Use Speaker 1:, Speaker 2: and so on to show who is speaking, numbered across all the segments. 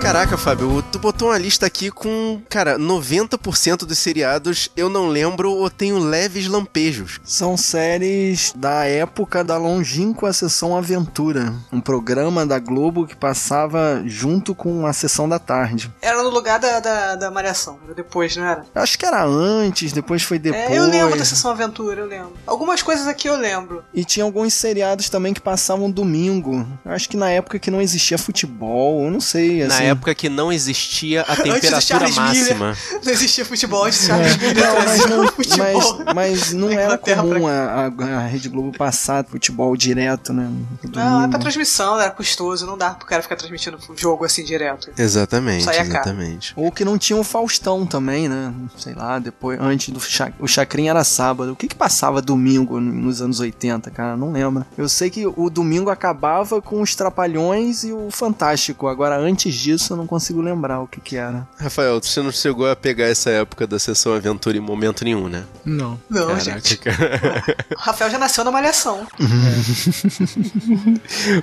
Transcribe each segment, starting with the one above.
Speaker 1: Caraca, Fábio, tu botou uma lista aqui com, cara, 90% dos seriados eu não lembro ou tenho leves lampejos.
Speaker 2: São séries da época da longínqua Sessão Aventura, um programa da Globo que passava junto com a Sessão da Tarde.
Speaker 3: Era no lugar da, da, da Malhação, era depois, não era?
Speaker 2: Acho que era antes, depois foi depois.
Speaker 3: É, eu lembro da Sessão Aventura, eu lembro. Algumas coisas aqui eu lembro.
Speaker 2: E tinha alguns seriados também que passavam domingo. Acho que na época que não existia futebol, eu não sei.
Speaker 1: É. Na
Speaker 2: assim.
Speaker 1: época que não existia a temperatura
Speaker 3: Charles
Speaker 1: máxima.
Speaker 3: Miller, não existia futebol, antes de Charles
Speaker 2: É.
Speaker 3: Miller
Speaker 2: Não, mas
Speaker 3: trazia
Speaker 2: não,
Speaker 3: futebol.
Speaker 2: mas, mas não
Speaker 3: Na
Speaker 2: era
Speaker 3: Inglaterra
Speaker 2: comum a, a- a Rede Globo passar futebol direto, né?
Speaker 3: Não, é
Speaker 2: no
Speaker 3: pra
Speaker 2: domingo.
Speaker 3: transmissão, era custoso, não dá pro cara ficar transmitindo um jogo assim direto.
Speaker 1: Exatamente,
Speaker 3: Saia cá.
Speaker 1: exatamente.
Speaker 2: Ou que não tinha o Faustão também, né? Sei lá, depois, antes do Cha- o Chacrinha era sábado. O que que passava domingo n- nos anos 80, cara? Não lembro. Eu sei que o domingo acabava com os Trapalhões e o Fantástico. Agora, antes disso, eu não consigo lembrar o que que era.
Speaker 1: Rafael, você não chegou a pegar essa época da Sessão Aventura em momento nenhum, né?
Speaker 2: Não.
Speaker 3: Não,
Speaker 1: Caraca,
Speaker 3: gente.
Speaker 1: cara.
Speaker 3: O Rafael já nasceu na malhação.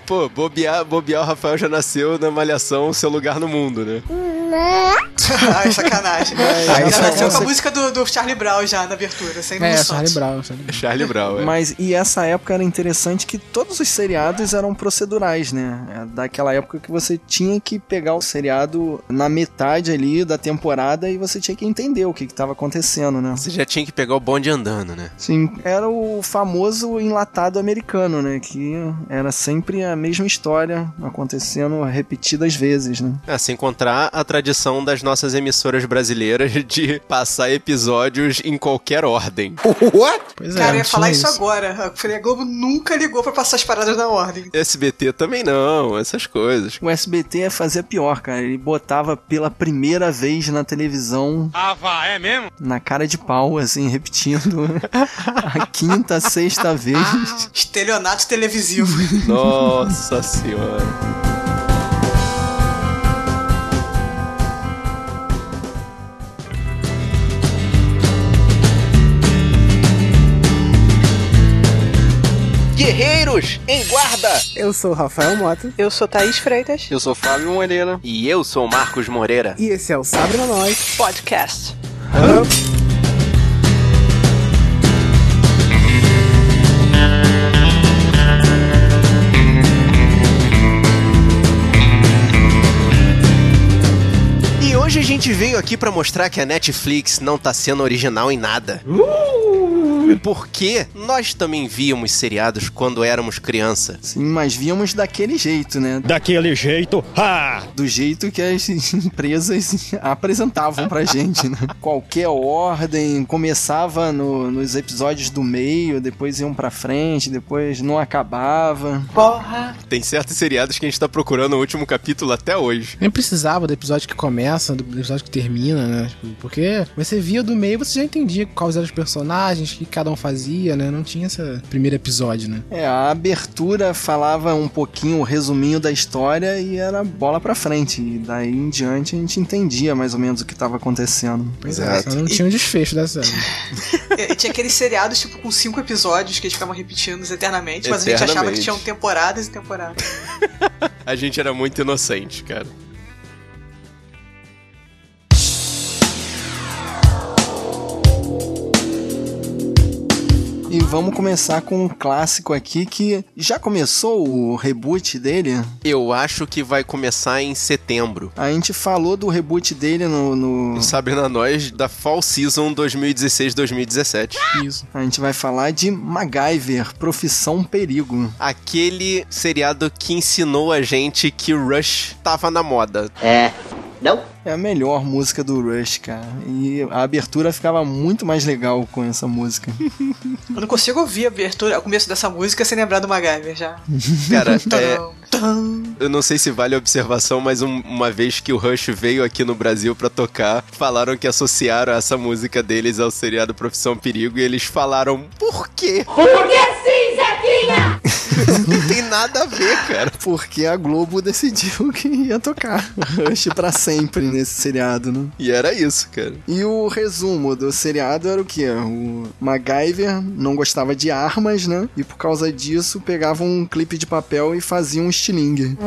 Speaker 1: Pô, bobear, bobear, o Rafael já nasceu na Malhação, seu lugar no mundo, né?
Speaker 3: Ai, sacanagem.
Speaker 2: É, Aí
Speaker 3: já
Speaker 2: só
Speaker 3: nasceu com a
Speaker 2: você-
Speaker 3: música do, do Charlie Brown já na abertura, sem
Speaker 4: É,
Speaker 3: noção.
Speaker 4: Charlie Brown, Charlie Brown.
Speaker 1: Charlie Brown, é.
Speaker 2: Mas, e essa época era interessante que todos os seriados eram procedurais, né? É Daquela época que você tinha que pegar o seriado na metade ali da temporada e você tinha que entender o que que tava acontecendo, né?
Speaker 1: Você já tinha que pegar o bonde andando, né?
Speaker 2: Sim, era o famoso enlatado americano, né? Que era sempre a mesma história acontecendo repetidas vezes, né?
Speaker 1: Ah, sem encontrar a tradição das nossas emissoras brasileiras de passar episódios em qualquer ordem.
Speaker 4: Pois é,
Speaker 3: Cara, eu ia
Speaker 4: tinha
Speaker 3: falar isso agora. A Globo nunca ligou pra passar as paradas na ordem.
Speaker 1: SBT também não, essas coisas.
Speaker 2: O SBT fazia é pior, cara. Ele botava pela primeira vez na televisão. Ah, vá, é mesmo? Na cara de pau, assim, repetindo. a quinta, sexta vez.
Speaker 3: Estelionato televisivo.
Speaker 1: Nossa senhora. Guerreiros em guarda!
Speaker 5: Eu sou o Rafael Mota
Speaker 3: Eu sou Thaís Freitas.
Speaker 2: Eu sou Fábio Moreira.
Speaker 1: E eu sou o Marcos Moreira.
Speaker 5: e esse é o Sabre na Nós.
Speaker 3: Podcast.
Speaker 1: E hoje a gente veio aqui pra mostrar que a Netflix não tá sendo original em nada. Uh! Porque nós também víamos seriados quando éramos criança.
Speaker 2: Sim, mas víamos daquele jeito, né?
Speaker 6: Daquele jeito, ha!
Speaker 2: Do jeito que as empresas apresentavam pra gente, né? Qualquer ordem, começava no- nos episódios do meio, depois iam pra frente, depois não acabava.
Speaker 3: Porra.
Speaker 1: Tem certos seriados que a gente tá procurando o último capítulo até hoje.
Speaker 4: Nem precisava do episódio que começa, do episódio que termina, né? Tipo, Porque você via do meio, você já entendia quais eram os personagens, o que cada um fazia, né? Não tinha esse primeiro episódio, né?
Speaker 2: É, a abertura falava um pouquinho o resuminho da história e era bola pra frente. E daí em diante a gente entendia mais ou menos o que tava acontecendo.
Speaker 4: Pois
Speaker 1: Exato.
Speaker 4: é, só não tinha um desfecho da série.
Speaker 3: É, E- e tinha aqueles seriados, tipo, com cinco episódios que eles ficavam repetindo eternamente, mas a gente achava que
Speaker 1: Eternamente.
Speaker 3: tinham temporadas e temporadas.
Speaker 1: A gente era muito inocente, cara.
Speaker 2: E vamos começar com um clássico aqui que já começou o reboot dele.
Speaker 1: Eu acho que vai começar em setembro.
Speaker 2: A gente falou do reboot dele no. no-
Speaker 1: O Sabrina Nós da Fall Season 2016-2017.
Speaker 4: Isso.
Speaker 2: A gente vai falar de MacGyver, Profissão Perigo.
Speaker 1: Aquele seriado que ensinou a gente que Rush tava na moda.
Speaker 2: É a melhor música do Rush, cara. E a abertura ficava muito mais legal com essa música.
Speaker 3: Eu não consigo ouvir a abertura, o começo dessa música sem lembrar do MacGyver já. Então,
Speaker 1: Cara, é,
Speaker 3: Tadam, tadam.
Speaker 1: Eu não sei se vale a observação, mas um- uma vez que o Rush veio aqui no Brasil pra tocar, falaram que associaram essa música deles ao seriado Profissão Perigo e eles falaram por quê? Porque sim, Zequinha! não tem nada a ver, cara.
Speaker 2: Porque a Globo decidiu que ia tocar Rush pra sempre nesse seriado, né?
Speaker 1: E era isso, cara.
Speaker 2: E o resumo do seriado era o quê? O MacGyver não gostava de armas, né? E por causa disso pegava um clipe de papel e fazia um estilingue.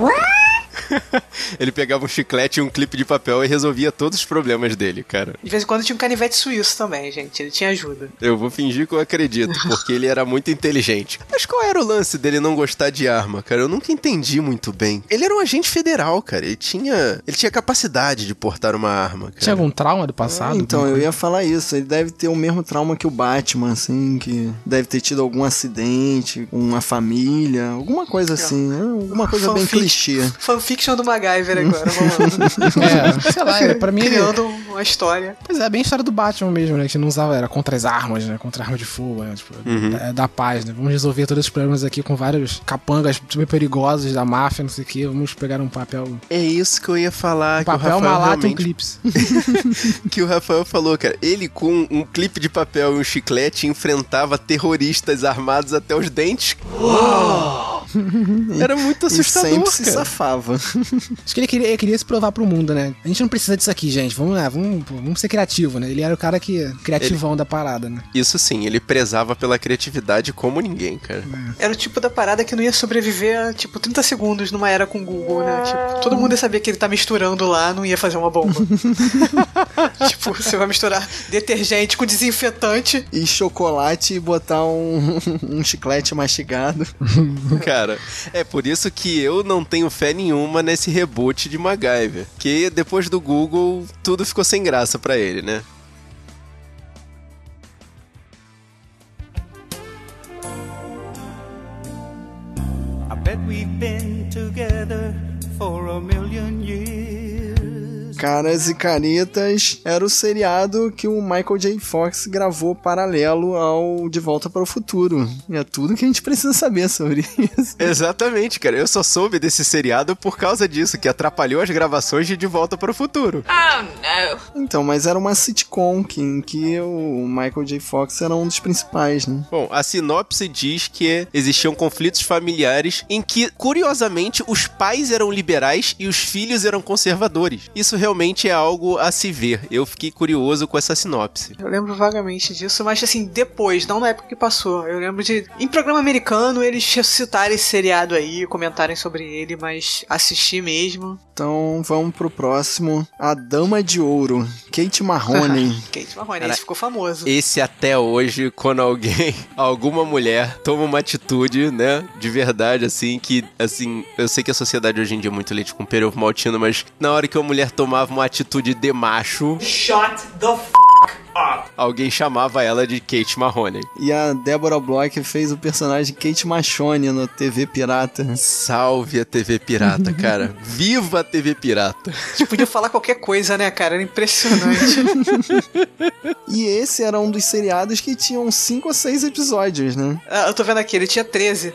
Speaker 1: Ele pegava um chiclete e um clipe de papel e resolvia todos os problemas dele, cara.
Speaker 3: De vez em quando tinha um canivete suíço também, gente. Ele tinha ajuda.
Speaker 1: Eu vou fingir que eu acredito, porque ele era muito inteligente. Mas qual era o lance dele não gostar de arma, cara? Eu nunca entendi muito bem. Ele era um agente federal, cara. Ele tinha, ele tinha capacidade de portar uma arma, cara.
Speaker 4: Tinha algum trauma do
Speaker 1: Ah,
Speaker 4: passado?
Speaker 2: Então, eu
Speaker 4: alguma
Speaker 2: ia falar isso. Ele deve ter o mesmo trauma que o Batman, assim, que deve ter tido algum acidente, uma família, alguma coisa assim, né? Alguma coisa bem
Speaker 3: Fanfic.
Speaker 2: clichê.
Speaker 3: Fanfiction do MacGyver agora, vamos lá.
Speaker 4: coisa? É, sei lá, era- pra mim ele...
Speaker 3: Criando uma história.
Speaker 4: Pois é, bem a história do Batman mesmo, né? Que não usava, era contra as armas, né? Contra a arma de fogo, né? Tipo,
Speaker 1: Uhum.
Speaker 4: da, da paz, né? Vamos resolver todos os problemas aqui com vários capangas super perigosos da máfia, não sei o quê. Vamos pegar um papel... um
Speaker 1: É isso que eu ia falar, É que o Rafael
Speaker 4: papel, uma lata e um
Speaker 1: realmente
Speaker 4: clips.
Speaker 1: que o Rafael falou, cara. Ele com um clipe de papel e um chiclete enfrentava terroristas armados até os dentes. Era muito
Speaker 2: E
Speaker 1: assustador,
Speaker 2: sempre se
Speaker 1: cara.
Speaker 2: safava.
Speaker 4: Acho que ele queria, ele queria se provar pro mundo, né? A gente não precisa disso aqui, gente. Vamos lá, vamos, pô, vamos ser criativo, né? Ele era o cara que... Criativão da parada, né?
Speaker 1: Isso sim, ele prezava pela criatividade como ninguém, cara.
Speaker 3: Era o tipo da parada que não ia sobreviver a, tipo, 30 segundos numa era com o Google, né? Tipo, todo mundo ia saber que ele tá misturando lá, não ia fazer uma bomba. tipo, você vai misturar detergente com desinfetante.
Speaker 2: E chocolate e botar um, um chiclete mastigado.
Speaker 1: Cara, é por isso que eu não tenho fé nenhuma nesse reboot de MacGyver. Que depois do Google, tudo ficou sem graça pra ele, né?
Speaker 7: I bet we've been together for a million years.
Speaker 2: Caras e Caretas era o seriado que o Michael J. Fox gravou paralelo ao De Volta para o Futuro. E é tudo que a gente precisa saber sobre isso.
Speaker 1: Exatamente, cara. Eu só soube desse seriado por causa disso, que atrapalhou as gravações de De Volta para o Futuro.
Speaker 2: Então, mas era uma sitcom que, em que o Michael J. Fox era um dos principais, né?
Speaker 1: Bom, a sinopse diz que existiam conflitos familiares em que, curiosamente, os pais eram liberais e os filhos eram conservadores. Isso realmente é algo a se ver. Eu fiquei curioso com essa sinopse.
Speaker 3: Eu lembro vagamente disso, mas assim, depois, não na época que passou. Eu lembro de. Em programa americano, eles ressuscitarem esse seriado aí, comentarem sobre ele, mas assistir mesmo.
Speaker 2: Então, vamos pro próximo. A Dama de Ouro, Kate Marrone.
Speaker 3: Kate Marrone,
Speaker 1: Cara,
Speaker 3: esse ficou famoso.
Speaker 1: Esse até hoje, quando alguém, alguma mulher, toma uma atitude, né, de verdade, assim, que, assim, eu sei que a sociedade hoje em dia é muito leite com pera e ovo maltino, mas na hora que uma mulher tomava uma atitude de macho,
Speaker 7: Shut the f up.
Speaker 1: alguém chamava ela de Kate Mahoney.
Speaker 2: E a Deborah Bloch fez o personagem Kate Machone na TV Pirata.
Speaker 1: Salve a TV Pirata, cara. Viva a TV Pirata.
Speaker 3: Tipo, podia falar qualquer coisa, né, cara? Era impressionante.
Speaker 2: E esse era um dos seriados que tinham cinco ou seis episódios, né?
Speaker 3: Ah, eu tô vendo aqui, ele tinha 13.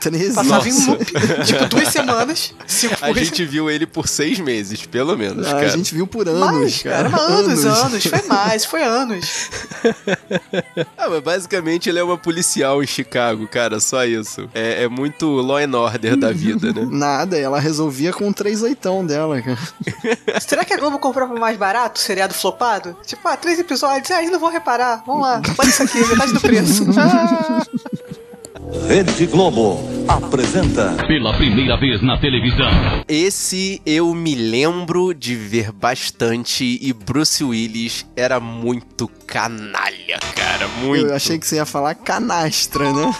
Speaker 2: 13.
Speaker 3: Passava em
Speaker 1: Nossa.
Speaker 3: loop. tipo, duas semanas, cinco
Speaker 1: A
Speaker 3: por
Speaker 1: gente viu ele por seis meses, pelo menos,
Speaker 2: Ah,
Speaker 1: cara.
Speaker 2: a gente viu por anos,
Speaker 3: mais, cara.
Speaker 2: cara.
Speaker 3: mas Anos, anos. Foi mais, foi anos.
Speaker 1: Ah, mas basicamente ele é uma policial em Chicago, cara, só isso. É, é muito law and order da vida, né?
Speaker 2: Nada, ela resolvia com três oitão dela, cara.
Speaker 3: Será que a Globo comprou por mais barato o seriado flopado? Tipo, ah, três episódios, ah, eles não vão reparar. Vamos lá, bota isso aqui, metade do preço. Ah.
Speaker 8: Rede Globo apresenta
Speaker 9: Pela primeira vez na televisão.
Speaker 1: Esse eu me lembro de ver bastante e Bruce Willis era muito canalha, cara, muito.
Speaker 2: Eu achei que você ia falar canastra, né?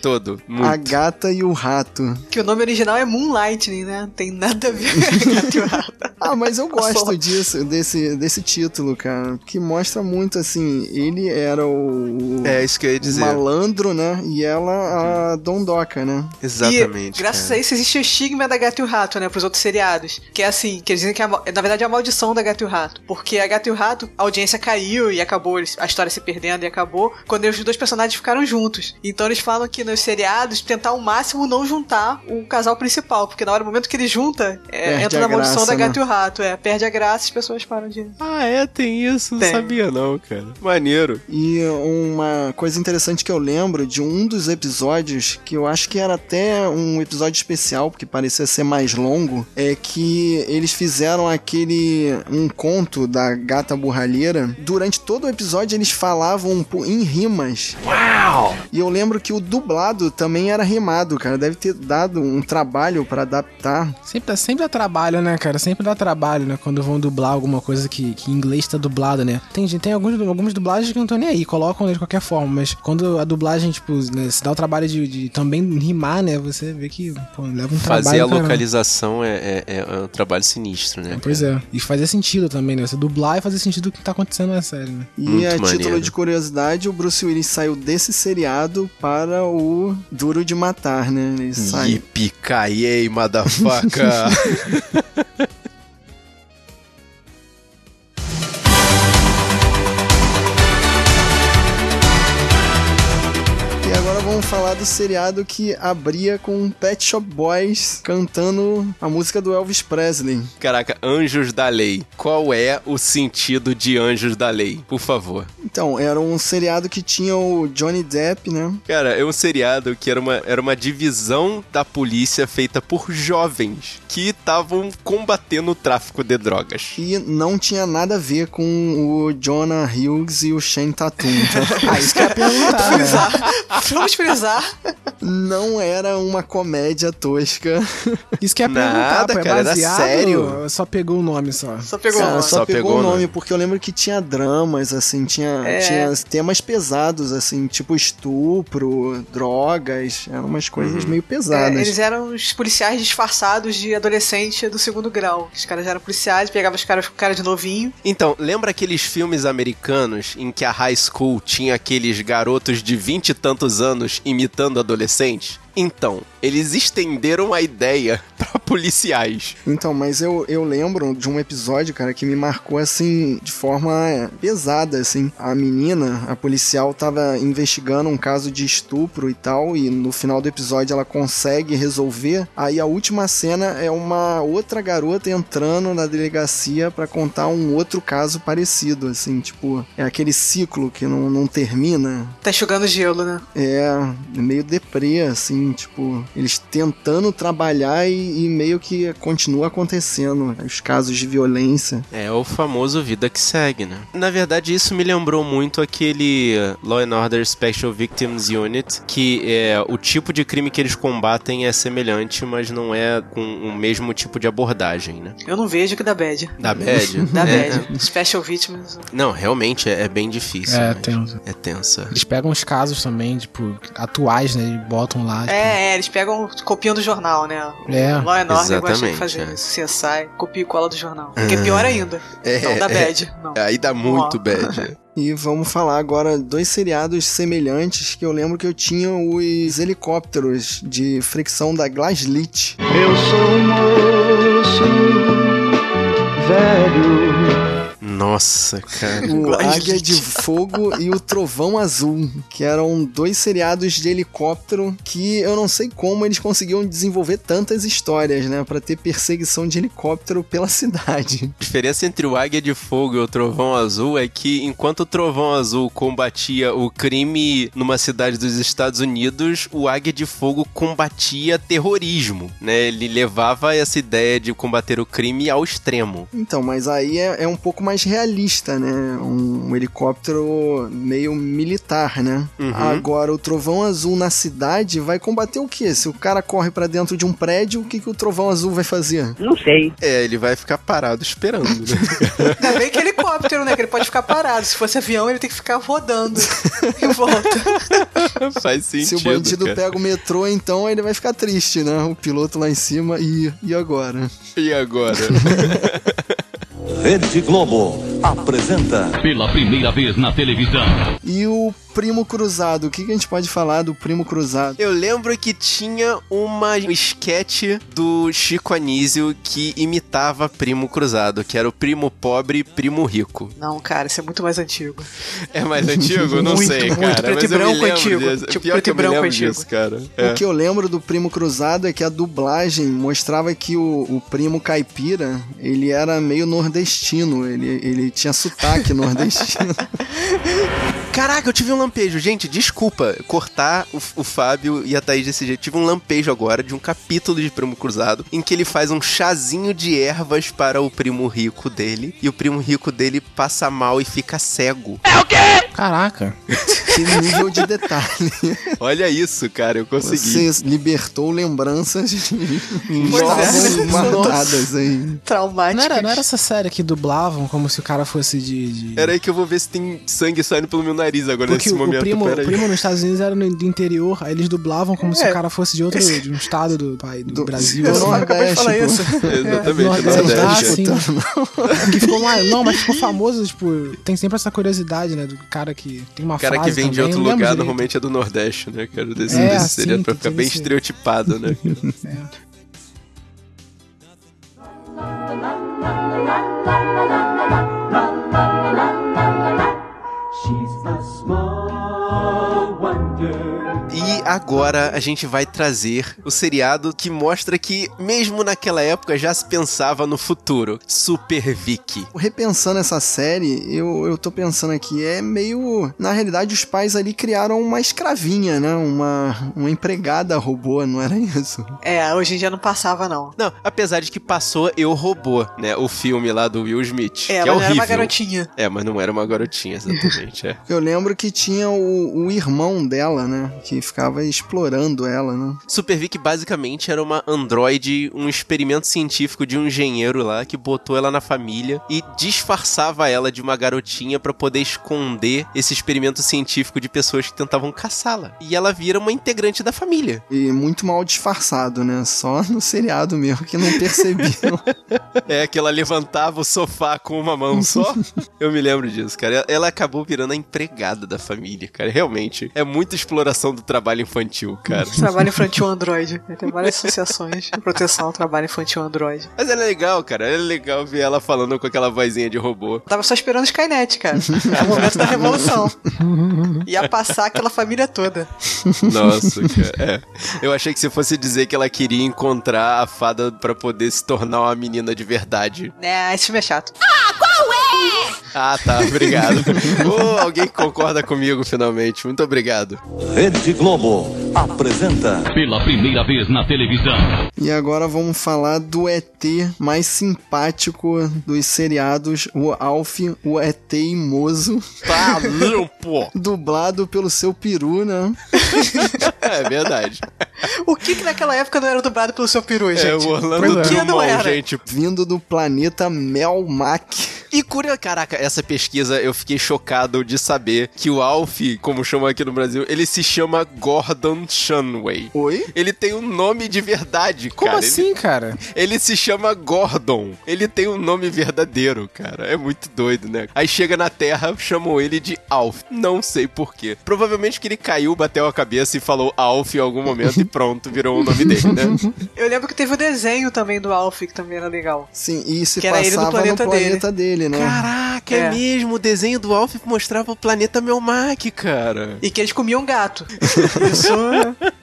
Speaker 1: todo,
Speaker 2: A
Speaker 1: muito.
Speaker 2: gata e o rato.
Speaker 3: Que o nome original é Moonlightning, né? Não tem nada a ver.
Speaker 2: Ah, mas eu gosto
Speaker 3: Só-
Speaker 2: disso, desse, desse título, cara. Que mostra muito, assim, ele era o.
Speaker 1: É isso que eu ia
Speaker 2: o
Speaker 1: dizer.
Speaker 2: malandro, né? E ela a dondoca, né?
Speaker 1: Exatamente.
Speaker 3: E, graças
Speaker 1: cara.
Speaker 3: a isso existe o estigma da Gata e o Rato, né? Pros outros seriados. Que é assim, que eles dizem que é, a mal- na verdade é a maldição da Gata e o Rato. Porque a Gata e o Rato, a audiência caiu e acabou, eles- a história se perdendo e acabou, quando os dois personagens ficaram juntos. Então eles falam que nos seriados tentar ao máximo não juntar o casal principal, porque na hora do momento que ele junta, é,
Speaker 2: Perde
Speaker 3: entra
Speaker 2: a
Speaker 3: na maldição
Speaker 2: graça,
Speaker 3: da Gata
Speaker 2: né?
Speaker 3: e o Exato, é. Perde a graça e as pessoas param de.
Speaker 1: Ah, é, tem isso, não
Speaker 3: Tem.
Speaker 1: sabia não, cara. é Maneiro.
Speaker 2: E uma coisa interessante que eu lembro de um dos episódios, que eu acho que era até um episódio especial, porque parecia ser mais longo, é que eles fizeram aquele um conto da gata borralheira. Durante todo o episódio eles falavam um po- em rimas. Uau! E eu lembro que o dublado também era rimado, cara. Deve ter dado um trabalho pra adaptar.
Speaker 4: Sempre, dá- sempre dá trabalho, né, cara? Sempre dá trabalho, né? Quando vão dublar alguma coisa que, que em inglês tá dublada, né? Tem, gente- tem alguns, algumas dublagens que não estão nem aí, colocam de qualquer forma, mas quando a dublagem, tipo, né, se dá o trabalho de, de também rimar, né? Você vê que, pô, leva um trabalho.
Speaker 1: Fazer a
Speaker 4: caramba.
Speaker 1: localização é, é- é- é um trabalho sinistro, né?
Speaker 4: Pois é. E fazer sentido também, né? Você dublar e fazer sentido do que tá acontecendo na série, né?
Speaker 2: E
Speaker 1: Muito
Speaker 2: a
Speaker 1: maneiro.
Speaker 2: título de curiosidade, o Bruce Willis saiu desse seriado para o Duro de Matar, né? Ele
Speaker 4: é.
Speaker 2: saiu.
Speaker 1: Yipicaiei, madafaca!
Speaker 2: E agora vamos falar do seriado que abria com um Pet Shop Boys cantando a música do Elvis Presley.
Speaker 1: Caraca, Anjos da Lei. Qual é o sentido de Anjos da Lei? Por favor.
Speaker 2: Então, era um seriado que tinha o Johnny Depp, né?
Speaker 1: Cara, é um seriado que era uma, era uma divisão da polícia feita por jovens que estavam combatendo o tráfico de drogas.
Speaker 2: Que não tinha nada a ver com o Jonah Hughes e o Shane Tatum.
Speaker 3: Ah,
Speaker 2: Tá?
Speaker 4: Isso
Speaker 3: é
Speaker 4: que eu ia perguntar, né?
Speaker 3: Frisar. Vamos frisar.
Speaker 2: não era uma comédia tosca.
Speaker 4: Isso que eu ia perguntar,
Speaker 1: Nada,
Speaker 4: pô, é
Speaker 1: cara, era
Speaker 4: baseado,
Speaker 1: sério.
Speaker 4: Só pegou o nome só.
Speaker 3: Só pegou
Speaker 2: Cara,
Speaker 3: uma.
Speaker 2: só,
Speaker 1: Só
Speaker 2: pegou,
Speaker 1: pegou
Speaker 2: o
Speaker 1: o
Speaker 2: nome,
Speaker 1: nome.
Speaker 2: porque eu lembro que tinha dramas, assim, tinha,
Speaker 3: É.
Speaker 2: tinha temas pesados, assim, tipo estupro, drogas, eram umas coisas meio
Speaker 3: É,
Speaker 2: pesadas.
Speaker 3: eles eram os policiais disfarçados de adolescente do segundo grau. Os caras eram policiais, pegavam os caras com cara de novinho.
Speaker 1: Então, lembra aqueles filmes americanos em que a high school tinha aqueles garotos de vinte e tantos anos imitando adolescentes? Então, eles estenderam a ideia pra policiais.
Speaker 2: Então, mas eu, eu lembro de um episódio, cara, que me marcou assim, de forma é, pesada, assim. A menina, a policial, tava investigando um caso de estupro e tal, e no final do episódio ela consegue resolver. Aí a última cena é uma outra garota entrando na delegacia pra contar um outro caso parecido, assim, tipo, é aquele ciclo que não, não termina.
Speaker 3: Tá enxugando gelo, né?
Speaker 2: É meio deprê, assim, tipo, eles tentando trabalhar e, e meio que continua acontecendo os casos de violência.
Speaker 1: É o famoso vida que segue, né? Na verdade, isso me lembrou muito aquele eh, Law and Order Special Victims Unit, que é o tipo de crime que eles combatem é semelhante, mas não é com o mesmo tipo de abordagem, né?
Speaker 3: Eu não vejo que dá bad.
Speaker 1: Da bad.
Speaker 3: Dá
Speaker 1: é,
Speaker 3: bad. Special Victims.
Speaker 1: Não, realmente é, é bem difícil.
Speaker 4: É,
Speaker 1: mas
Speaker 4: tenso.
Speaker 1: É tensa.
Speaker 4: Eles pegam os casos também, tipo, atuais, né? E botam lá. tipo,
Speaker 3: É, é, eles pegam, copiam do jornal, né?
Speaker 4: É,
Speaker 3: Law and Order gosta de
Speaker 1: exatamente,
Speaker 3: fazer
Speaker 1: é. Ah.
Speaker 3: isso. Você sai, copia e cola do jornal. Que é pior ainda.
Speaker 1: É,
Speaker 3: não, dá
Speaker 1: é.
Speaker 3: bad. Não.
Speaker 1: Aí dá muito
Speaker 3: Ó.
Speaker 1: bad.
Speaker 2: E vamos falar agora dois seriados semelhantes que eu lembro que eu tinha os helicópteros de fricção da Glaslit.
Speaker 7: Eu sou um moço velho.
Speaker 1: Nossa, cara.
Speaker 2: O
Speaker 3: Glaslit.
Speaker 2: Águia de Fogo e o Trovão Azul, que eram dois seriados de helicóptero que eu não sei como eles conseguiam desenvolver tantas histórias, né, Pra ter perseguição de helicóptero pela cidade.
Speaker 1: A diferença entre o Águia de Fogo e o Trovão Azul é que enquanto o Trovão Azul combatia o crime numa cidade dos Estados Unidos, o Águia de Fogo combatia terrorismo, né? Ele levava essa ideia de combater o crime ao extremo.
Speaker 2: Então, mas aí é, é um pouco mais realista, né? Um, um helicóptero meio militar, né?
Speaker 1: Uhum.
Speaker 2: Agora, o trovão azul na cidade vai combater o quê? Se o cara corre pra dentro de um prédio, o que, que o trovão azul vai fazer?
Speaker 1: É, ele vai ficar parado esperando, né?
Speaker 3: Ainda bem que é helicóptero, né? Que ele pode ficar parado. Se fosse avião, ele tem que ficar rodando em volta.
Speaker 1: Faz sentido.
Speaker 2: Se o bandido
Speaker 1: cara.
Speaker 2: pega o metrô, então ele vai ficar triste, né? O piloto lá em cima e, e agora?
Speaker 1: E agora?
Speaker 8: Rede Globo apresenta
Speaker 9: Pela primeira vez na televisão.
Speaker 2: E o Primo Cruzado. O que, que a gente pode falar do Primo Cruzado?
Speaker 1: Eu lembro que tinha uma esquete do Chico Anísio que imitava Primo Cruzado, que era o primo pobre e primo rico.
Speaker 3: Não, cara, isso é muito mais antigo.
Speaker 1: É mais antigo? Não
Speaker 3: Muito,
Speaker 1: sei,
Speaker 3: muito.
Speaker 1: cara. mas
Speaker 3: Preto e
Speaker 1: eu me
Speaker 3: branco
Speaker 1: lembro
Speaker 3: antigo.
Speaker 1: disso.
Speaker 3: Tipo,
Speaker 1: Pior
Speaker 3: preto
Speaker 1: que
Speaker 3: e
Speaker 1: eu me
Speaker 3: branco
Speaker 1: lembro
Speaker 3: antigo.
Speaker 1: disso, cara. É.
Speaker 2: O que eu lembro do Primo Cruzado é que a dublagem mostrava que o, o primo caipira, ele era meio nordestino, ele, ele tinha sotaque nordestino.
Speaker 1: Caraca, eu tive um lampejo. Gente, desculpa cortar o, o Fábio e a Thaís desse jeito. Tive um lampejo agora de um capítulo de Primo Cruzado em que ele faz um chazinho de ervas para o primo rico dele. E o primo rico dele passa mal e fica cego.
Speaker 4: Caraca.
Speaker 2: que nível de detalhe.
Speaker 1: Olha isso, cara, eu consegui.
Speaker 2: Você libertou lembranças que
Speaker 1: Nossa,
Speaker 2: estavam guardadas aí.
Speaker 3: Traumático.
Speaker 4: Não era, não era essa série É tipo que dublavam como se o cara fosse de. de-
Speaker 1: Peraí que eu vou ver se tem sangue saindo pelo meu nariz agora
Speaker 4: Porque
Speaker 1: nesse
Speaker 4: o,
Speaker 1: momento.
Speaker 4: primo, o
Speaker 1: Peraí.
Speaker 4: primo nos Estados Unidos era no- do interior, aí eles dublavam como se o cara fosse de outro. de um estado do, pai, É. do,
Speaker 2: Do-
Speaker 4: Brasil.
Speaker 2: do
Speaker 4: assim.
Speaker 3: Eu acabei de falar
Speaker 2: Nordeste,
Speaker 3: isso.
Speaker 1: Exatamente,
Speaker 4: Nordeste.
Speaker 1: Nordeste.
Speaker 4: Ah, sim. que ficou mais. Não, mas ficou famoso, tipo, tem sempre essa curiosidade, né? Do cara que tem uma
Speaker 1: O cara
Speaker 4: frase
Speaker 1: que vem de
Speaker 4: também,
Speaker 1: outro
Speaker 4: eu não lembro
Speaker 1: lugar
Speaker 4: direito.
Speaker 1: normalmente é do Nordeste, né, cara? Desse,
Speaker 4: É,
Speaker 1: desse seria
Speaker 4: sim, É.
Speaker 1: pra
Speaker 4: tem
Speaker 1: ficar bem
Speaker 4: esse-
Speaker 1: estereotipado, né? cara? E agora a gente vai trazer o seriado que mostra que, mesmo naquela época, já se pensava no futuro. Super Vicky.
Speaker 2: Repensando essa série, eu, eu tô pensando aqui, é meio. Na realidade, os pais ali criaram uma escravinha, né? Uma, uma empregada robô, não era isso?
Speaker 3: É, hoje em dia não passava, não.
Speaker 1: Não, apesar de que passou Eu Robô, né? O filme lá do Will Smith.
Speaker 3: É,
Speaker 1: que é
Speaker 3: mas era
Speaker 1: horrível.
Speaker 3: uma garotinha.
Speaker 1: É, mas não era uma garotinha, exatamente. é.
Speaker 2: Eu lembro que tinha o, o irmão dela, né? Que ficava explorando ela, né?
Speaker 1: Super Vic basicamente era uma androide, um experimento científico de um engenheiro lá que botou ela na família e disfarçava ela de uma garotinha pra poder esconder esse experimento científico de pessoas que tentavam caçá-la. E ela vira uma integrante da família.
Speaker 2: E muito mal disfarçado, né? Só no seriado mesmo que não percebiam.
Speaker 1: É que ela levantava o sofá com uma mão só. Eu me lembro disso, cara. Ela acabou virando a empregada da família, cara. Realmente é muita exploração do trabalho infantil, cara.
Speaker 3: Trabalho infantil Android. Tem várias associações de proteção ao trabalho infantil Android.
Speaker 1: Mas ela é legal, cara. Ela é legal ver ela falando com aquela vozinha de robô.
Speaker 3: Eu tava só esperando Skynet, cara. É o momento da revolução. Ia passar aquela família toda.
Speaker 1: Nossa, cara. É. Eu achei que você fosse dizer que ela queria encontrar a fada pra poder se tornar uma menina de verdade.
Speaker 3: Né, esse filme é chato.
Speaker 1: Ah, tá. Obrigado. Ô, alguém que concorda comigo finalmente. Muito obrigado.
Speaker 8: Rede Globo apresenta
Speaker 9: Pela primeira vez na televisão.
Speaker 2: e agora vamos falar do ET mais simpático dos seriados, o Alf, o ET teimoso,
Speaker 1: Tá limpo.
Speaker 2: dublado pelo seu peru, né?
Speaker 1: É verdade.
Speaker 3: O que que naquela época não era dublado pelo seu peru, gente?
Speaker 1: É o Orlando
Speaker 3: Por que não
Speaker 1: Drummond,
Speaker 3: era?
Speaker 1: gente.
Speaker 2: Vindo do planeta Melmac.
Speaker 1: E curioso, caraca, essa pesquisa eu fiquei chocado de saber que o Alf, como chama aqui no Brasil, ele se chama Gordon Shanway.
Speaker 2: Oi?
Speaker 1: Ele tem um nome de verdade,
Speaker 4: Como
Speaker 1: cara. Ele-
Speaker 4: assim, cara?
Speaker 1: Ele se chama Gordon. Ele tem um nome verdadeiro, cara. É muito doido, né? Aí chega na Terra, chamam ele de Alf. Não sei porquê. Provavelmente que ele caiu, bateu a cabeça e falou Alf em algum momento e pronto, virou o nome dele, né?
Speaker 3: Eu lembro que teve o desenho também do Alf, que também era legal.
Speaker 2: Sim, e se
Speaker 3: Que era ele do
Speaker 2: passava
Speaker 3: planeta
Speaker 2: no planeta dele, né?
Speaker 1: Caraca,
Speaker 3: É.
Speaker 1: mesmo. O desenho do Alf mostrava o planeta Melmac, cara.
Speaker 3: E que eles comiam gato. Isso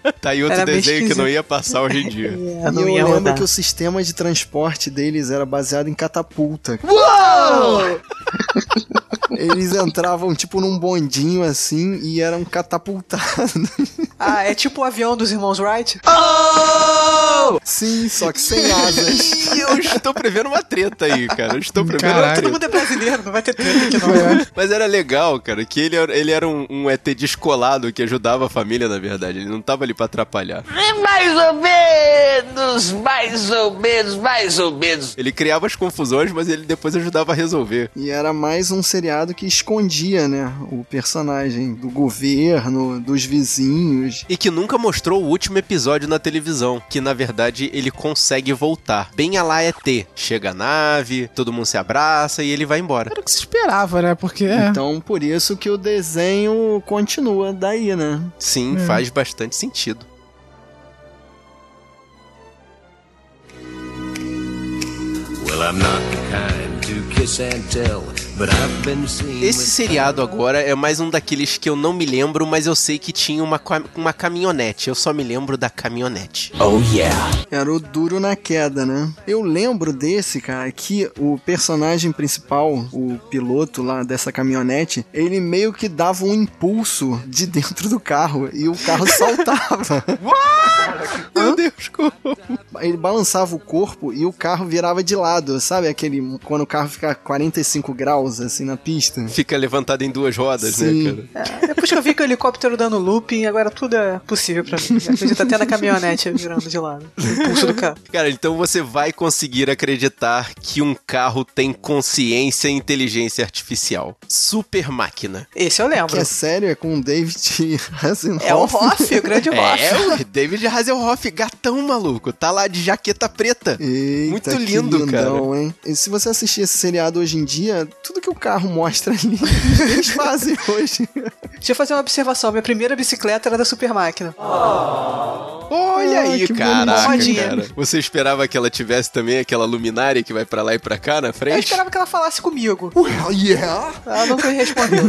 Speaker 3: é,
Speaker 1: Tá aí outro
Speaker 3: Era bem
Speaker 1: desenho que
Speaker 3: esquisito.
Speaker 1: não ia passar hoje em dia.
Speaker 3: é,
Speaker 2: e
Speaker 3: não
Speaker 2: eu
Speaker 3: ia
Speaker 2: lembro
Speaker 3: rodar.
Speaker 2: que o sistema de transporte deles era baseado em catapulta. Eles entravam tipo num bondinho assim e eram catapultados.
Speaker 3: Ah, é tipo o avião dos irmãos Wright?
Speaker 2: Sim, só que sem asas.
Speaker 1: Ih, eu estou prevendo uma treta aí, cara. Eu estou prevendo uma
Speaker 4: Caralho.
Speaker 1: treta.
Speaker 3: Todo mundo é brasileiro, não vai ter treta aqui não.
Speaker 1: Mas era legal, cara, que ele, era- ele era um, um ET descolado que ajudava a família, na verdade. Ele não tava ali pra atrapalhar.
Speaker 10: Mais ou menos, mais ou menos, mais ou menos.
Speaker 1: Ele criava as confusões, mas ele depois ajudava a resolver.
Speaker 2: E era mais um seriado que escondia, né? O personagem do governo, dos vizinhos.
Speaker 1: E que nunca mostrou o último episódio na televisão, que na verdade, ele consegue voltar. Bem a lá ET. Chega a nave, todo mundo se abraça e ele vai embora.
Speaker 4: Era o que se esperava, né? Porque é.
Speaker 2: Então, por isso que o desenho continua daí, né?
Speaker 1: Sim,
Speaker 3: Hum.
Speaker 1: faz bastante sentido. Esse seriado agora é mais um daqueles que eu não me lembro, mas eu sei que tinha uma, qua- uma caminhonete. Eu só me lembro da caminhonete.
Speaker 2: Era o duro na queda, né? Eu lembro desse, cara, que o personagem principal, o piloto lá dessa caminhonete, ele meio que dava um impulso de dentro do carro e o carro saltava. Meu Deus, como? Ele balançava o corpo e o carro virava de lado, sabe? Aquele. Quando o carro fica 45 graus, assim, na pista.
Speaker 1: Fica levantado em duas rodas,
Speaker 2: Sim.
Speaker 1: né, cara?
Speaker 3: Depois que eu vi que o helicóptero dando looping, agora tudo é possível pra mim. Acredito até na caminhonete virando de lado. O impulso do carro.
Speaker 1: Cara, então você vai conseguir acreditar que um carro tem consciência e inteligência artificial. Super máquina.
Speaker 3: Esse eu
Speaker 2: Que
Speaker 3: lembro.
Speaker 2: é sério, é com o David Hasselhoff.
Speaker 3: Uhum. É o Hoff, o grande Hoff.
Speaker 1: É, ué, David Hasselhoff, gatão maluco, tá lá de jaqueta preta.
Speaker 2: Eita,
Speaker 1: Muito
Speaker 2: que
Speaker 1: lindo,
Speaker 2: lindão, Hein? E se você assistir esse seriado hoje em dia, tudo que o carro mostra ali, eles fazem hoje.
Speaker 3: Deixa eu fazer uma observação. Minha primeira bicicleta era da Super Máquina.
Speaker 1: Olha aí,
Speaker 2: que
Speaker 1: caraca,
Speaker 3: Ah, bonitinho.
Speaker 1: cara. Você esperava que ela tivesse também aquela luminária que vai pra lá e pra cá na
Speaker 3: Eu
Speaker 1: frente?
Speaker 3: esperava que ela falasse comigo. Ela nunca me respondeu.